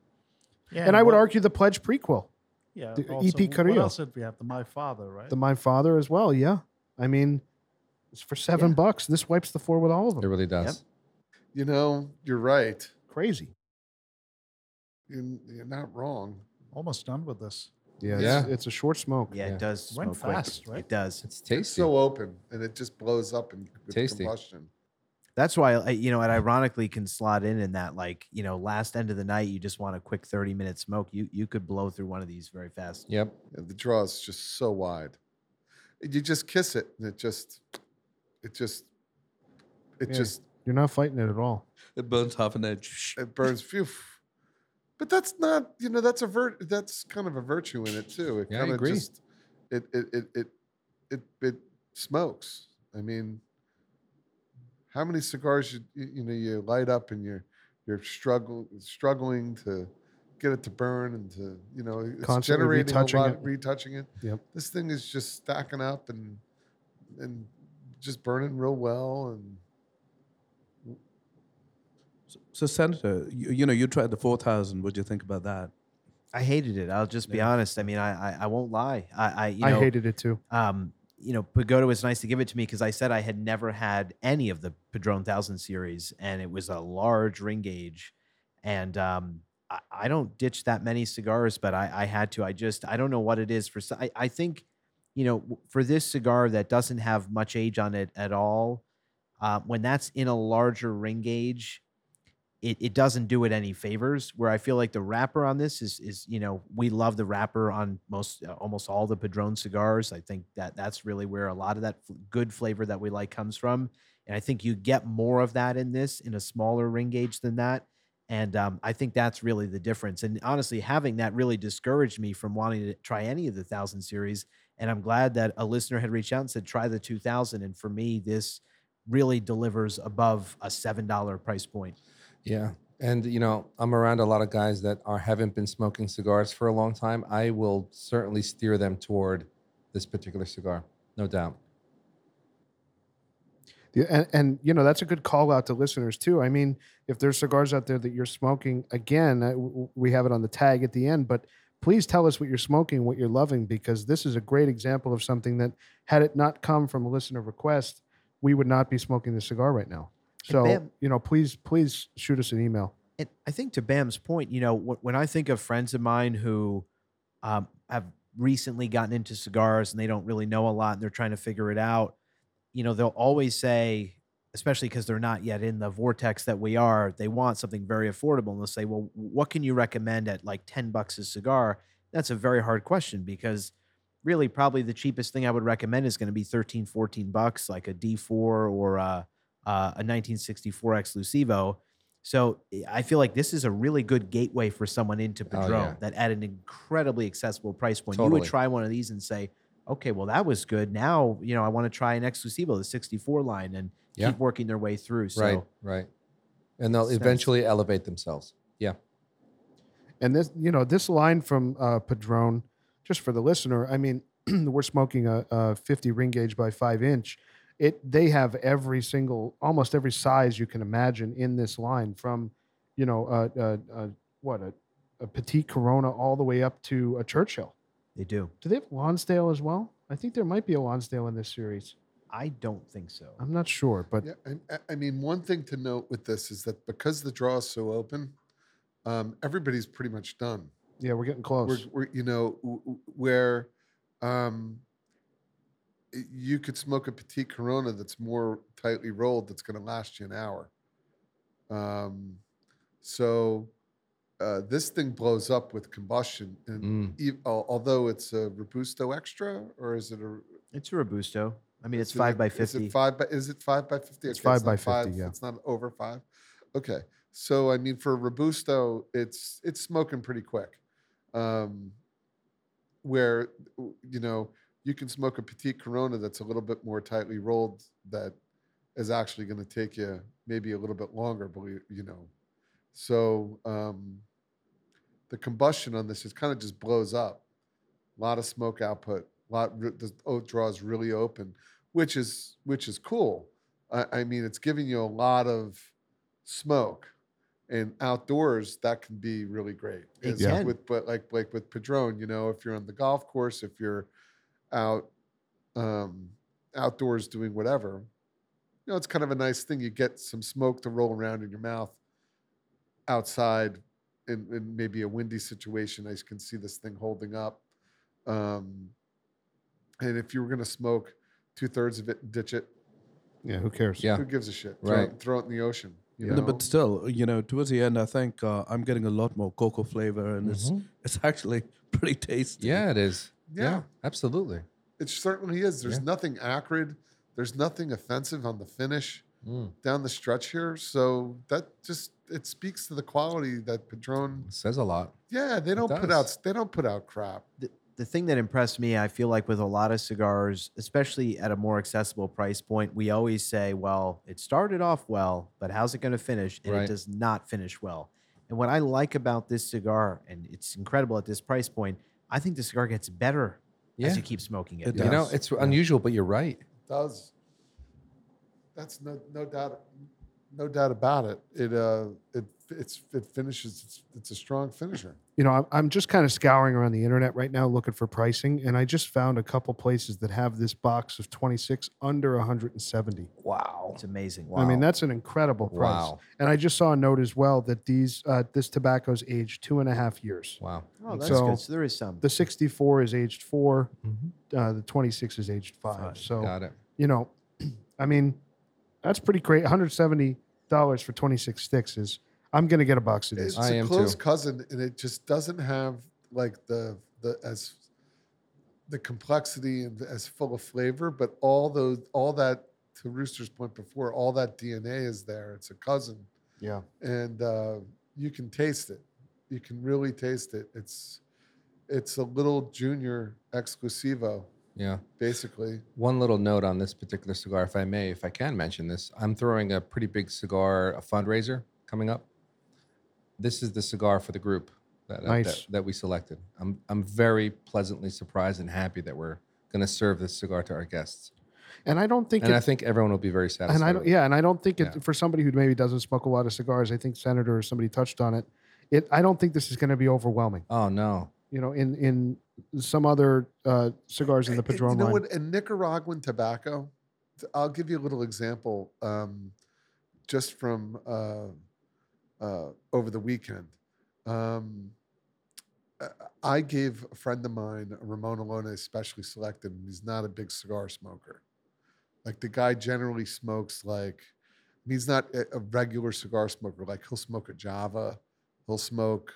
Yeah, And I would what- argue the Pledge prequel, yeah, the also, EP What Carrillo. else did we have? The My Father, right? the My Father as well. Yeah, I mean, it's for seven Yeah. bucks. This wipes the floor with all of It them. really does. You know, you're right. Crazy. You're, you're not wrong. Almost done with this. Yeah, It's, Yeah. it's a short smoke. yeah, Yeah. it does Went smoke quick. fast, right? It does. It's tasty. It's so open, and it just blows up in with Tasty. combustion. That's why I- you know it ironically can slot in in that like you know last end of the night you just want a quick thirty minute smoke. You you could blow through one of these very fast. yep. Yeah, the draw is just so wide. And You just kiss it, and it just, it just, it Yeah. just, You're not fighting it at all. It burns half an edge. it burns. Phew. But that's not, you know, that's a vir- That's kind of a virtue in it too. It Yeah, I kind of agree. just, it, it, it, it, it, it smokes. I mean, how many cigars you, you you know you light up and you're you're struggle struggling to get it to burn and to you know it's Constantly generating retouching a lot, it. retouching it. Yep. This thing is just stacking up and and just burning real well and So, so Senator, you, you know, you tried the 4,000. What do you think about that? I hated it. I'll just be Yeah. honest. I mean I I, I won't lie. I I you know I hated it too. um you know Pagoda was nice to give it to me because I said I had never had any of the Padron Thousand series and it was a large ring gauge, and um I, I don't ditch that many cigars, but I I had to. I just I don't know what it is for. so- I I think you know, w- for this cigar that doesn't have much age on it at all, uh, when that's in a larger ring gauge, it, it doesn't do it any favors. Where I feel like the wrapper on this is is you know we love the wrapper on most uh, almost all the Padron cigars. I think that that's really where a lot of that f- good flavor that we like comes from, and I think you get more of that in this in a smaller ring gauge than that. And um, I think that's really the difference. And honestly, having that really discouraged me from wanting to try any of the thousand series and I'm glad that a listener had reached out and said, try the 2000. And for me, this really delivers above a $7 price point. Yeah. And you know, I'm around a lot of guys that are haven't been smoking cigars for a long time. I will certainly steer them toward this particular cigar, no doubt. Yeah, and, and you know that's a good call out to listeners too. I mean, if there's cigars out there that you're smoking, again, I- w- w- we have it on the tag at the end, but please tell us what you're smoking, what you're loving, because this is a great example of something that had it not come from a listener request, we would not be smoking this cigar right now. And So Bam- you know, please, please shoot us an email. And I think to Bam's point, you know, wh- when I think of friends of mine who um, have recently gotten into cigars and they don't really know a lot and they're trying to figure it out, you know, they'll always say, especially because they're not yet in the vortex that we are, they want something very affordable. And they'll say, well, what can you recommend at like 10 bucks a cigar? That's a very hard question because really probably the cheapest thing I would recommend is going to be 13, 14 bucks, like a D4 or a, uh, a 1964 Exclusivo. So eh, I feel like this is a really good gateway for someone into Oh, yeah. Padron that at an incredibly accessible price point. You Totally. would try one of these and say, okay, well, that was good. Now, you know, I want to try an Exclusivo, the 64 line, and Yeah. keep working their way through. So right, right. And they'll Sense. eventually elevate themselves. Yeah. And this, you know, this line from uh, Padron, just for the listener, I mean, we're smoking a, a 50 ring gauge by five inch. It they have every single, almost every size you can imagine in this line, from you know, uh, uh, uh, what a, a petite Corona all the way up to a Churchill. They do. Do they have Lonsdale as well? I think there might be a Lonsdale in this series. I don't think so. I'm not sure, but Yeah, I- I, I mean, one thing to note with this is that because the draw is so open, um, everybody's pretty much done. yeah, we're getting close. We're, we're, you know, w- w- where um, y- you could smoke a petite Corona that's more tightly rolled that's going to last you an hour. Um, so uh, this thing blows up with combustion, and Mm. ev- al- although it's a Robusto extra, or is it a It's a robusto. I mean, it's is it- five by Is fifty. it five by? Is it five by fifty? It's Okay, five by not 50, yeah. It's not over five. Okay, so I mean, for a robusto, it's it's smoking pretty quick. Um, where you know you can smoke a petite Corona that's a little bit more tightly rolled that is actually going to take you maybe a little bit longer, believe you know. So um, the combustion on this just kind of just blows up. A lot of smoke output. A lot re- the oat draw is really open, which is which is cool. I, I mean, it's giving you a lot of smoke, and outdoors that can be really great. It It's can. With but like like with Padron, you know, if you're on the golf course, if you're out um, outdoors doing whatever, you know, it's kind of a nice thing. You get some smoke to roll around in your mouth outside in, in maybe a windy situation. I s- can see this thing holding up. Um, and if you were going to smoke two thirds of it and ditch it, yeah, who cares? Yeah. who gives a shit? Throw, it- Right. throw it in the ocean. You No, know? but still, you know, towards the end, I think uh, I'm getting a lot more cocoa flavor, and it's it's actually pretty Mm-hmm. tasty. Yeah, it is. Yeah, Mm-hmm. yeah, absolutely. it certainly is. There's Yeah. nothing acrid, there's nothing offensive on the finish. Mm. down the stretch here. So that just it speaks to the quality that Padron. It says a lot. Yeah, they don't put does. out they don't put out crap. the thing that impressed me, I feel like with a lot of cigars, especially at a more accessible price point, we always say, well, it started off well, but how's it going to finish? And Right. it does not finish well. And what I like about this cigar, and it's incredible at this price point, I think the cigar gets better Yeah. as you keep smoking it. It You know, does. it's unusual, but you're right. does. That's no no doubt no doubt about it. It uh it it's it finishes it's, it's a strong finisher. you know, I'm- I'm just kind of scouring around the internet right now looking for pricing, and I just found a couple places that have this box of 26 under 170. Wow. It's amazing. I mean, that's an incredible price. Wow. And I just saw a note as well that these uh, this tobacco's aged two and a half years. Wow. oh, that's so- good. So there is some. The 64 is aged 4 Mhm. uh, the 26 is aged five. Five, Oh. So Got it. you know, I mean, that's pretty great. 170 dollars for 26 sticks is. I'm gonna get a box of It's this. I a am close too. cousin, and it just doesn't have like the the as the complexity and as full of flavor, but all those all that to Rooster's point before, all that DNA is there. It's a cousin, Yeah. and uh, you can taste it. You can really taste it. It's it's a little junior exclusivo, Yeah. basically. One little note on this particular cigar, if I may, if I can mention this, I'm throwing a pretty big cigar a fundraiser coming up. This is the cigar for the group that, that- Nice. that, that we selected. I'm, I'm very pleasantly surprised and happy that we're going to serve this cigar to our guests. And I don't think And I it- think everyone will be very satisfied. and I don't, with it. yeah, and I don't think it Yeah. for somebody who maybe doesn't smoke a lot of cigars. I think Senator or somebody touched on it. It I don't think this is going to be overwhelming. Oh, no. You know, in in some other uh, cigars in the And- and Padron Eh, You know line. what? And Nicaraguan tobacco. t- I'll give you a little example, um, just from uh, uh, over the weekend. Um, I- I gave a friend of mine a Ramon Alone specially selected, and he's not a big cigar smoker. Like the guy generally smokes like he's not a a regular cigar smoker. Like he'll smoke a Java, he'll smoke,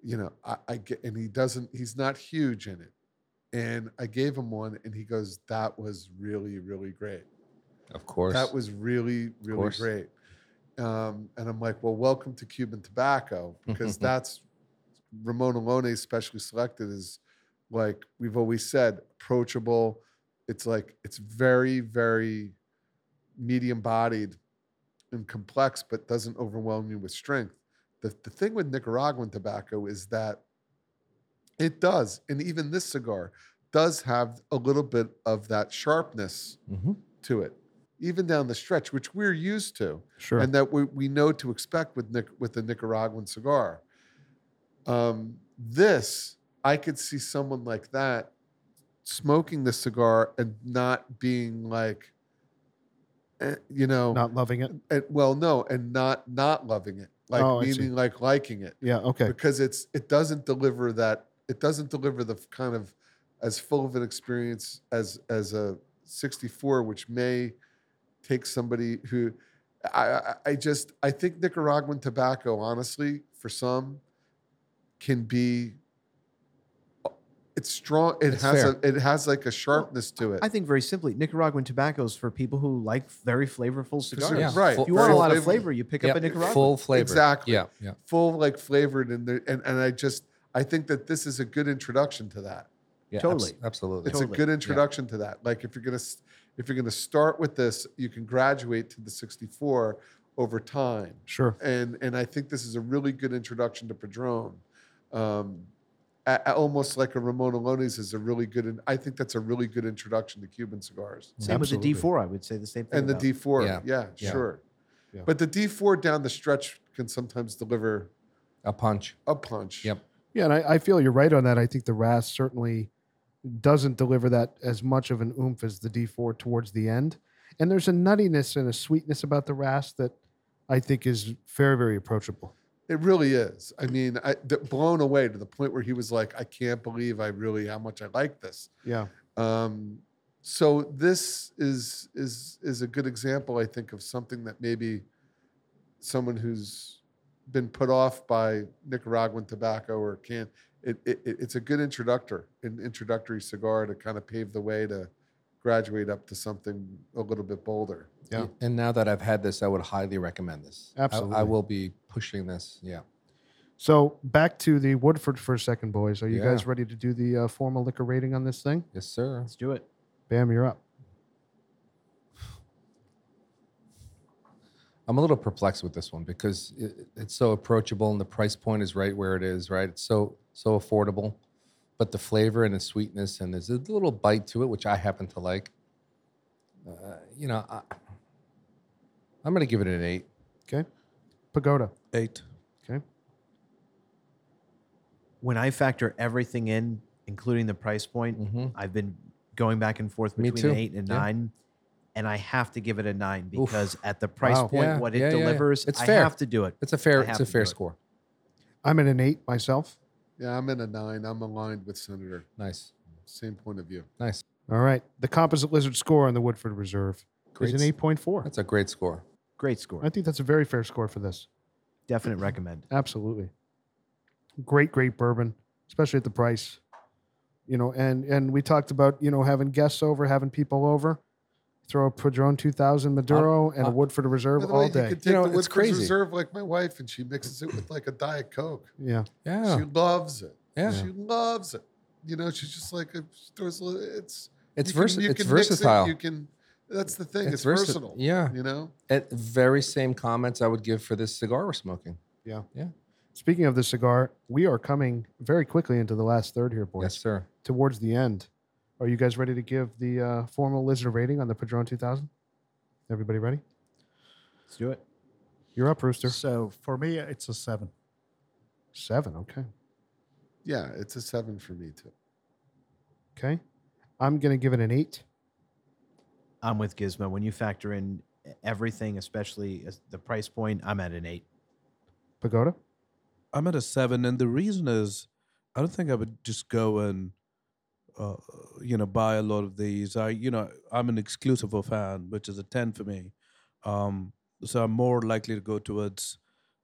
you know. I, I get, and he doesn't. He's not huge in it and I gave him one, and he goes, "That was really, really great. Of course. That was really, really course. great." Um, and I'm like, "Well, welcome to Cuban tobacco, because that's Ramon Alone specially selected is like we've always said, approachable. It's like it's very, very medium bodied and complex, but doesn't overwhelm you with strength. The, the thing with Nicaraguan tobacco is that it does, and even this cigar does have a little bit of that sharpness Mhm. to it. even down the stretch, which we're used to Sure. and that we, we know to expect with Nic- with the Nicaraguan cigar. Um, this I could see someone like that smoking the cigar and not being like, eh, you know, Not loving it. eh, well, no, and not not loving it, like Oh, I see. meaning like liking it Yeah. Okay. because it's it doesn't deliver that it doesn't deliver the f- kind of as full of an experience as as a 64 which may take somebody who I, I i just i think nicaraguan tobacco honestly for some can be it's strong it It's has fair. a it has like a sharpness to it I think very simply, Nicaraguan tobaccos for people who like very flavorful cigars. Yeah. right If If you want a full lot of flavor. flavor, you pick up a Nicaraguan. Full flavor. Exactly. Yeah. Yeah. full like flavored and there and and i just i think that this is a good introduction to that yeah abs- Totally. absolutely. it's Totally. a good introduction to that like if you're gonna s- if you're gonna start with this you can graduate to the 64 over time Sure. and and i think this is a really good introduction to padron um a- a- almost like a ramon Alones is a really good and i think that's a really good introduction to cuban cigars Same Absolutely. with the D4, I would say the same thing. and the about. d4 yeah, Yeah. Yeah. sure Yeah. but the d4 down the stretch can sometimes deliver A punch. a punch Yep. Yeah, and I, I feel you're right on that. I think the RAS certainly doesn't deliver that as much of an oomph as the D4 towards the end. And there's a nuttiness and a sweetness about the RAS that I think is very, very approachable. It really is. I mean, I, th- blown away to the point where he was like, "I can't believe I really how much I like this." Yeah. Um, so this is is is a good example, I think, of something that maybe someone who's been put off by Nicaraguan tobacco or can it, it it- it's a good introductor, an introductory cigar to kind of pave the way to graduate up to something a little bit bolder. Yeah. And now that I've had this, I would highly recommend this. I- I, Absolutely. will be pushing this. Yeah. So back to the Woodford for a second, boys. Are you Yeah. guys ready to do the uh, formal liquor rating on this thing? Yes, sir. Let's do it. Bam, you're up. I'm a little perplexed with this one because it, it's so approachable and the price point is right where it is, right? It's so so affordable, but the flavor and the sweetness and there's a little bite to it, which I happen to like. Uh, you know, I, I'm going to give it an eight. Okay. Pagoda. Eight. Okay. When I factor everything in, including the price point, Mhm. I've been going back and forth Me between an too. eight and Yeah. nine. And I have to give it a nine Oof. because at the price Wow. point, Yeah, what it yeah, yeah, yeah. delivers, It's I fair. have to do it. It's a fair. I It's have a to fair do it. score. I'm at an eight myself. Yeah, I'm in a nine. I'm aligned with Senator. Nice, Same point of view. nice. All right. The composite lizard score on the Woodford Reserve Great. is an 8.4. That's a great score. Great score. I think that's a very fair score for this. Definite recommend. Absolutely. Great, great bourbon, especially at the price. You know, and and we talked about you know having guests over, having people over. Throw a Padron 2000 Maduro and a uh, Woodford Reserve By the all way, day. You could You take know, the it's Woodford's crazy. Reserve like my wife, and she mixes it with like a Diet Coke. yeah, Yeah, She loves it. yeah. She loves it. You know, she's just like, there's, a li- it's, It's you can- vers- you It's can mix it, versatile. you can, that's the thing. It's, versa- versatile. Yeah. You know, At very same comments I would give for this cigar we're smoking. Speaking of the cigar, we are coming very quickly into the last third here, boys. Yes, sir. Towards the end, are you guys ready to give the uh, formal lizard rating on the Padron 2000? Everybody ready? Let's do it. You're up, Rooster. So for me, it's a seven. Seven. Okay. yeah, it's a seven for me too. Okay. I'm gonna give it an eight. I'm with Gizmo. When you factor in e-, everything, especially as the price point, I'm at an eight. Pagoda. I'm at a seven, and the reason is, I don't think I would just go and, uh, you know, buy a lot of these. I, you know, I'm an exclusive fan, which is a ten for me. Um, so I'm more likely to go towards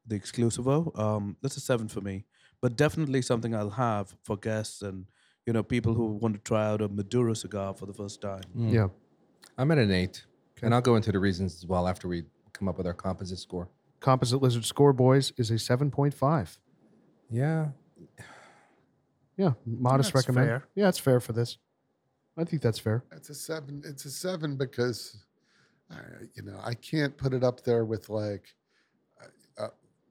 the exclusivo. Um, that's a seven for me, but definitely something I'll have for guests and you know people who want to try out a Maduro cigar for the first time. Mm. Yeah. I'm at an eight, Okay. and I'll go into the reasons as well after we come up with our composite score. Composite Lizard Score Boys is a 7.5. Yeah, Yeah, modest That's recommend. fair. Yeah, it's fair for this. I think that's fair. It's a seven. It's a seven because, I, you know, I can't put it up there with like, uh,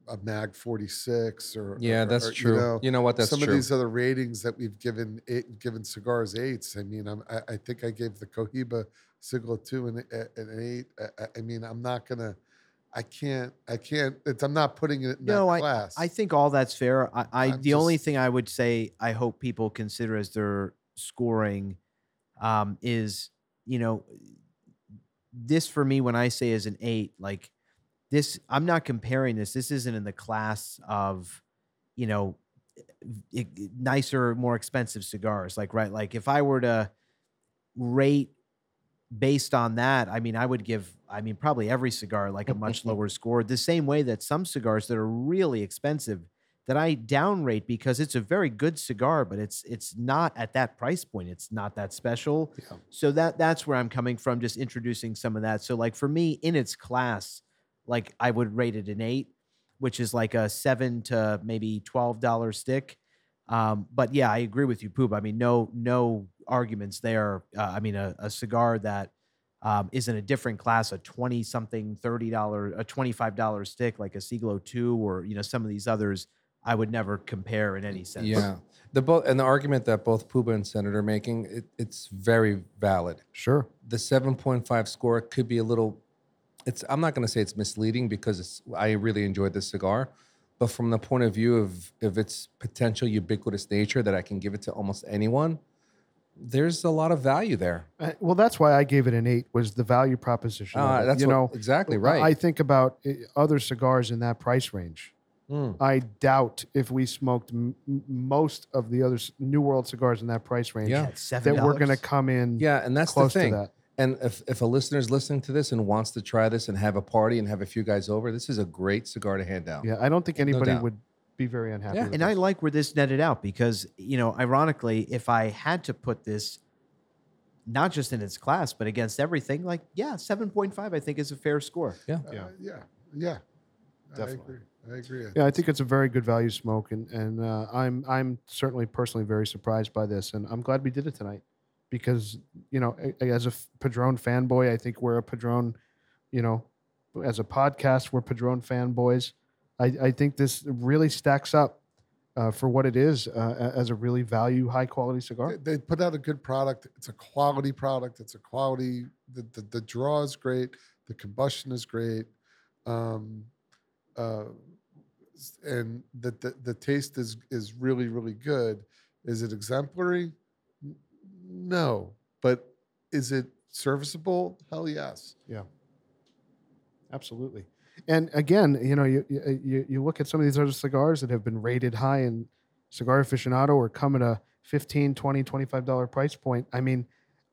a Mag 46 or Yeah, or- that's or, true. You know, what? That's some true. of these other ratings that we've given eight, given cigars eights. I mean, I'm, I, I think I gave the Cohiba Sigil two and a- an eight. I- I, I mean, I'm not gonna. I can't. I can't. It's, I'm not putting it in No, that class. I think all that's fair. I, I the I'm only just- thing I would say I hope people consider as their scoring um, is you know this for me when I say is an eight like this I'm not comparing this. This isn't in the class of you know i- i- nicer, more expensive cigars. Like right, like if I were to rate based on that, I mean, I would give, I mean, probably every cigar like a much lower score, the same way that some cigars that are really expensive that I downrate because it's a very good cigar, but it's it's not at that price point. It's not that special. Yeah. So that that's where I'm coming from, just introducing some of that. So like for me, in its class, like I would rate it an eight, which is like a seven to maybe twelve dollar stick. Um, but yeah, I agree with you, Poop. I mean, no, no arguments there. Uh, I mean, a, a cigar that um, is in a different class, a twenty something, thirty dollar, a twenty five dollar stick, like a Siglo two, or you know, some of these others, I would never compare in any sense. Yeah. The both and the argument that both Puba and Senator are making, it, it's very valid. sure. The 7.5 score could be a little it's I'm not going to say it's misleading because it's I really enjoyed this cigar, but from the point of view of of its potential ubiquitous nature that I can give it to almost anyone, there's a lot of value there. Uh, well, that's why I gave it an eight. Was the value proposition? of Uh, it, that's you what- know exactly I- right. I think about uh, other cigars in that price range. Mm. I doubt if we smoked m- m- most of the other s- New World cigars in that price range Yeah. seven. that we're going to come in Yeah, and that's close the thing. to that. And if, if a listener's listening to this and wants to try this and have a party and have a few guys over, this is a great cigar to hand out. Yeah, I don't think anybody doubt. would be very unhappy. Yeah. with And this. I like where this netted out because, you know, ironically, if I had to put this not just in its class, but against everything, like, yeah, 7.5, I think is a fair score. Uh, Yeah. yeah, yeah. Definitely. I agree. I agree. Yeah, I think it's a very good value smoke, and and uh, I'm I'm certainly personally very surprised by this, and I'm glad we did it tonight because you know a- as a f- Padron fanboy, I think we're a Padron, you know, as a podcast, we're Padron fanboys. I, I think this really stacks up uh, for what it is uh, a- as a really value high quality cigar. They, they put out a good product. It's a quality product. It's a quality. The, the, the draw is great. The combustion is great. Um, uh, s- and the, the, the taste is, is really, really good. Is it exemplary? N- No. But is it serviceable? Hell yes. Absolutely. And again, you know, you, you you- you look at some of these other cigars that have been rated high in Cigar Aficionado or come at a 15 20 $25 price point. I mean,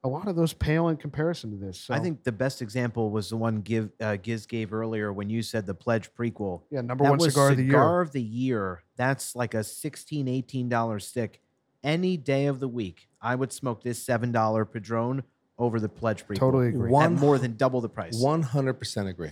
a lot of those pale in comparison to this. So, I think the best example was the one give, uh, Giz gave earlier when you said the Pledge prequel. yeah, number that one was cigar, of the year. of the year. That's like a 16 $18 stick. Any day of the week, I would smoke this $7 Padron over the Pledge prequel. Totally agree. At One- more than double the price. One hundred percent agree.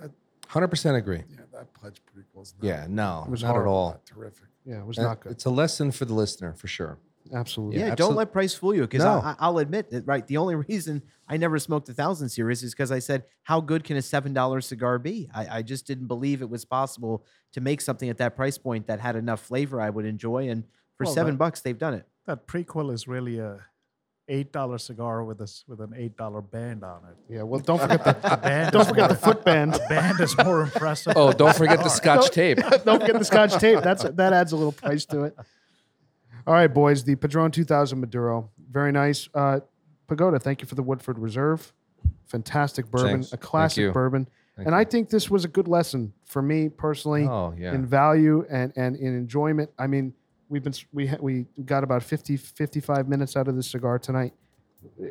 that- Hundred percent agree. Yeah, that pledge prequel is not, Yeah, no, It was not at horrible. all. terrific. Yeah, it was Uh, not good. It's a lesson for the listener for sure. Absolutely. Yeah, Yeah, don't absolut- let price fool you because No. I, I'll admit that, right? The only reason I never smoked the 1000 series is because I said, how good can a $7 cigar be? I, I just didn't believe it was possible to make something at that price point that had enough flavor I would enjoy. And for Well, seven that- bucks, they've done it. That prequel is really a eight dollar cigar with this with an eight dollar band on it. Yeah, well, don't forget the, The band don't is forget the more- foot band. the band is more impressive. Oh, than don't forget the cigar. Scotch Don't- tape. don't forget the scotch tape. That's that adds a little price to it. All right, boys. The Padron 2000 Maduro, very nice. Uh, Pagoda, thank you for the Woodford Reserve. Fantastic bourbon, Thanks. a Thank classic you. bourbon, Thank and I think this was a good lesson for me personally Oh yeah, in value and and in enjoyment. I mean, we've been s- we ha- we got about 50 55 minutes out of this cigar tonight.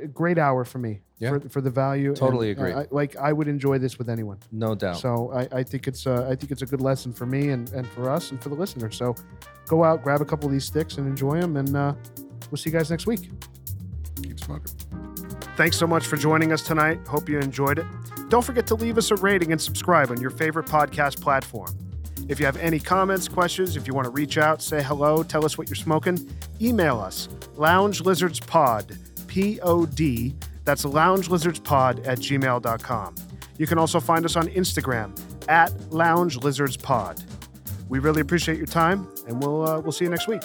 A great hour for me Yeah. for, for the value. and, Totally uh, agree. I- like I would enjoy this with anyone. no doubt. So I, I think it's uh, I think it's a good lesson for me and, and for us and for the listener. So go out, grab a couple of these sticks and enjoy them, and uh, we'll see you guys next week. Keep smoking. Thanks so much for joining us tonight. Hope you enjoyed it. Don't forget to leave us a rating and subscribe on your favorite podcast platform. If you have any comments, questions, if you want to reach out, say hello, tell us what you're smoking, email us loungelizardspod, P O D, that's loungelizardspod at gmail.com. You can also find us on Instagram at Lounge Lizards Pod. We really appreciate your time, and we'll uh, we'll see you next week.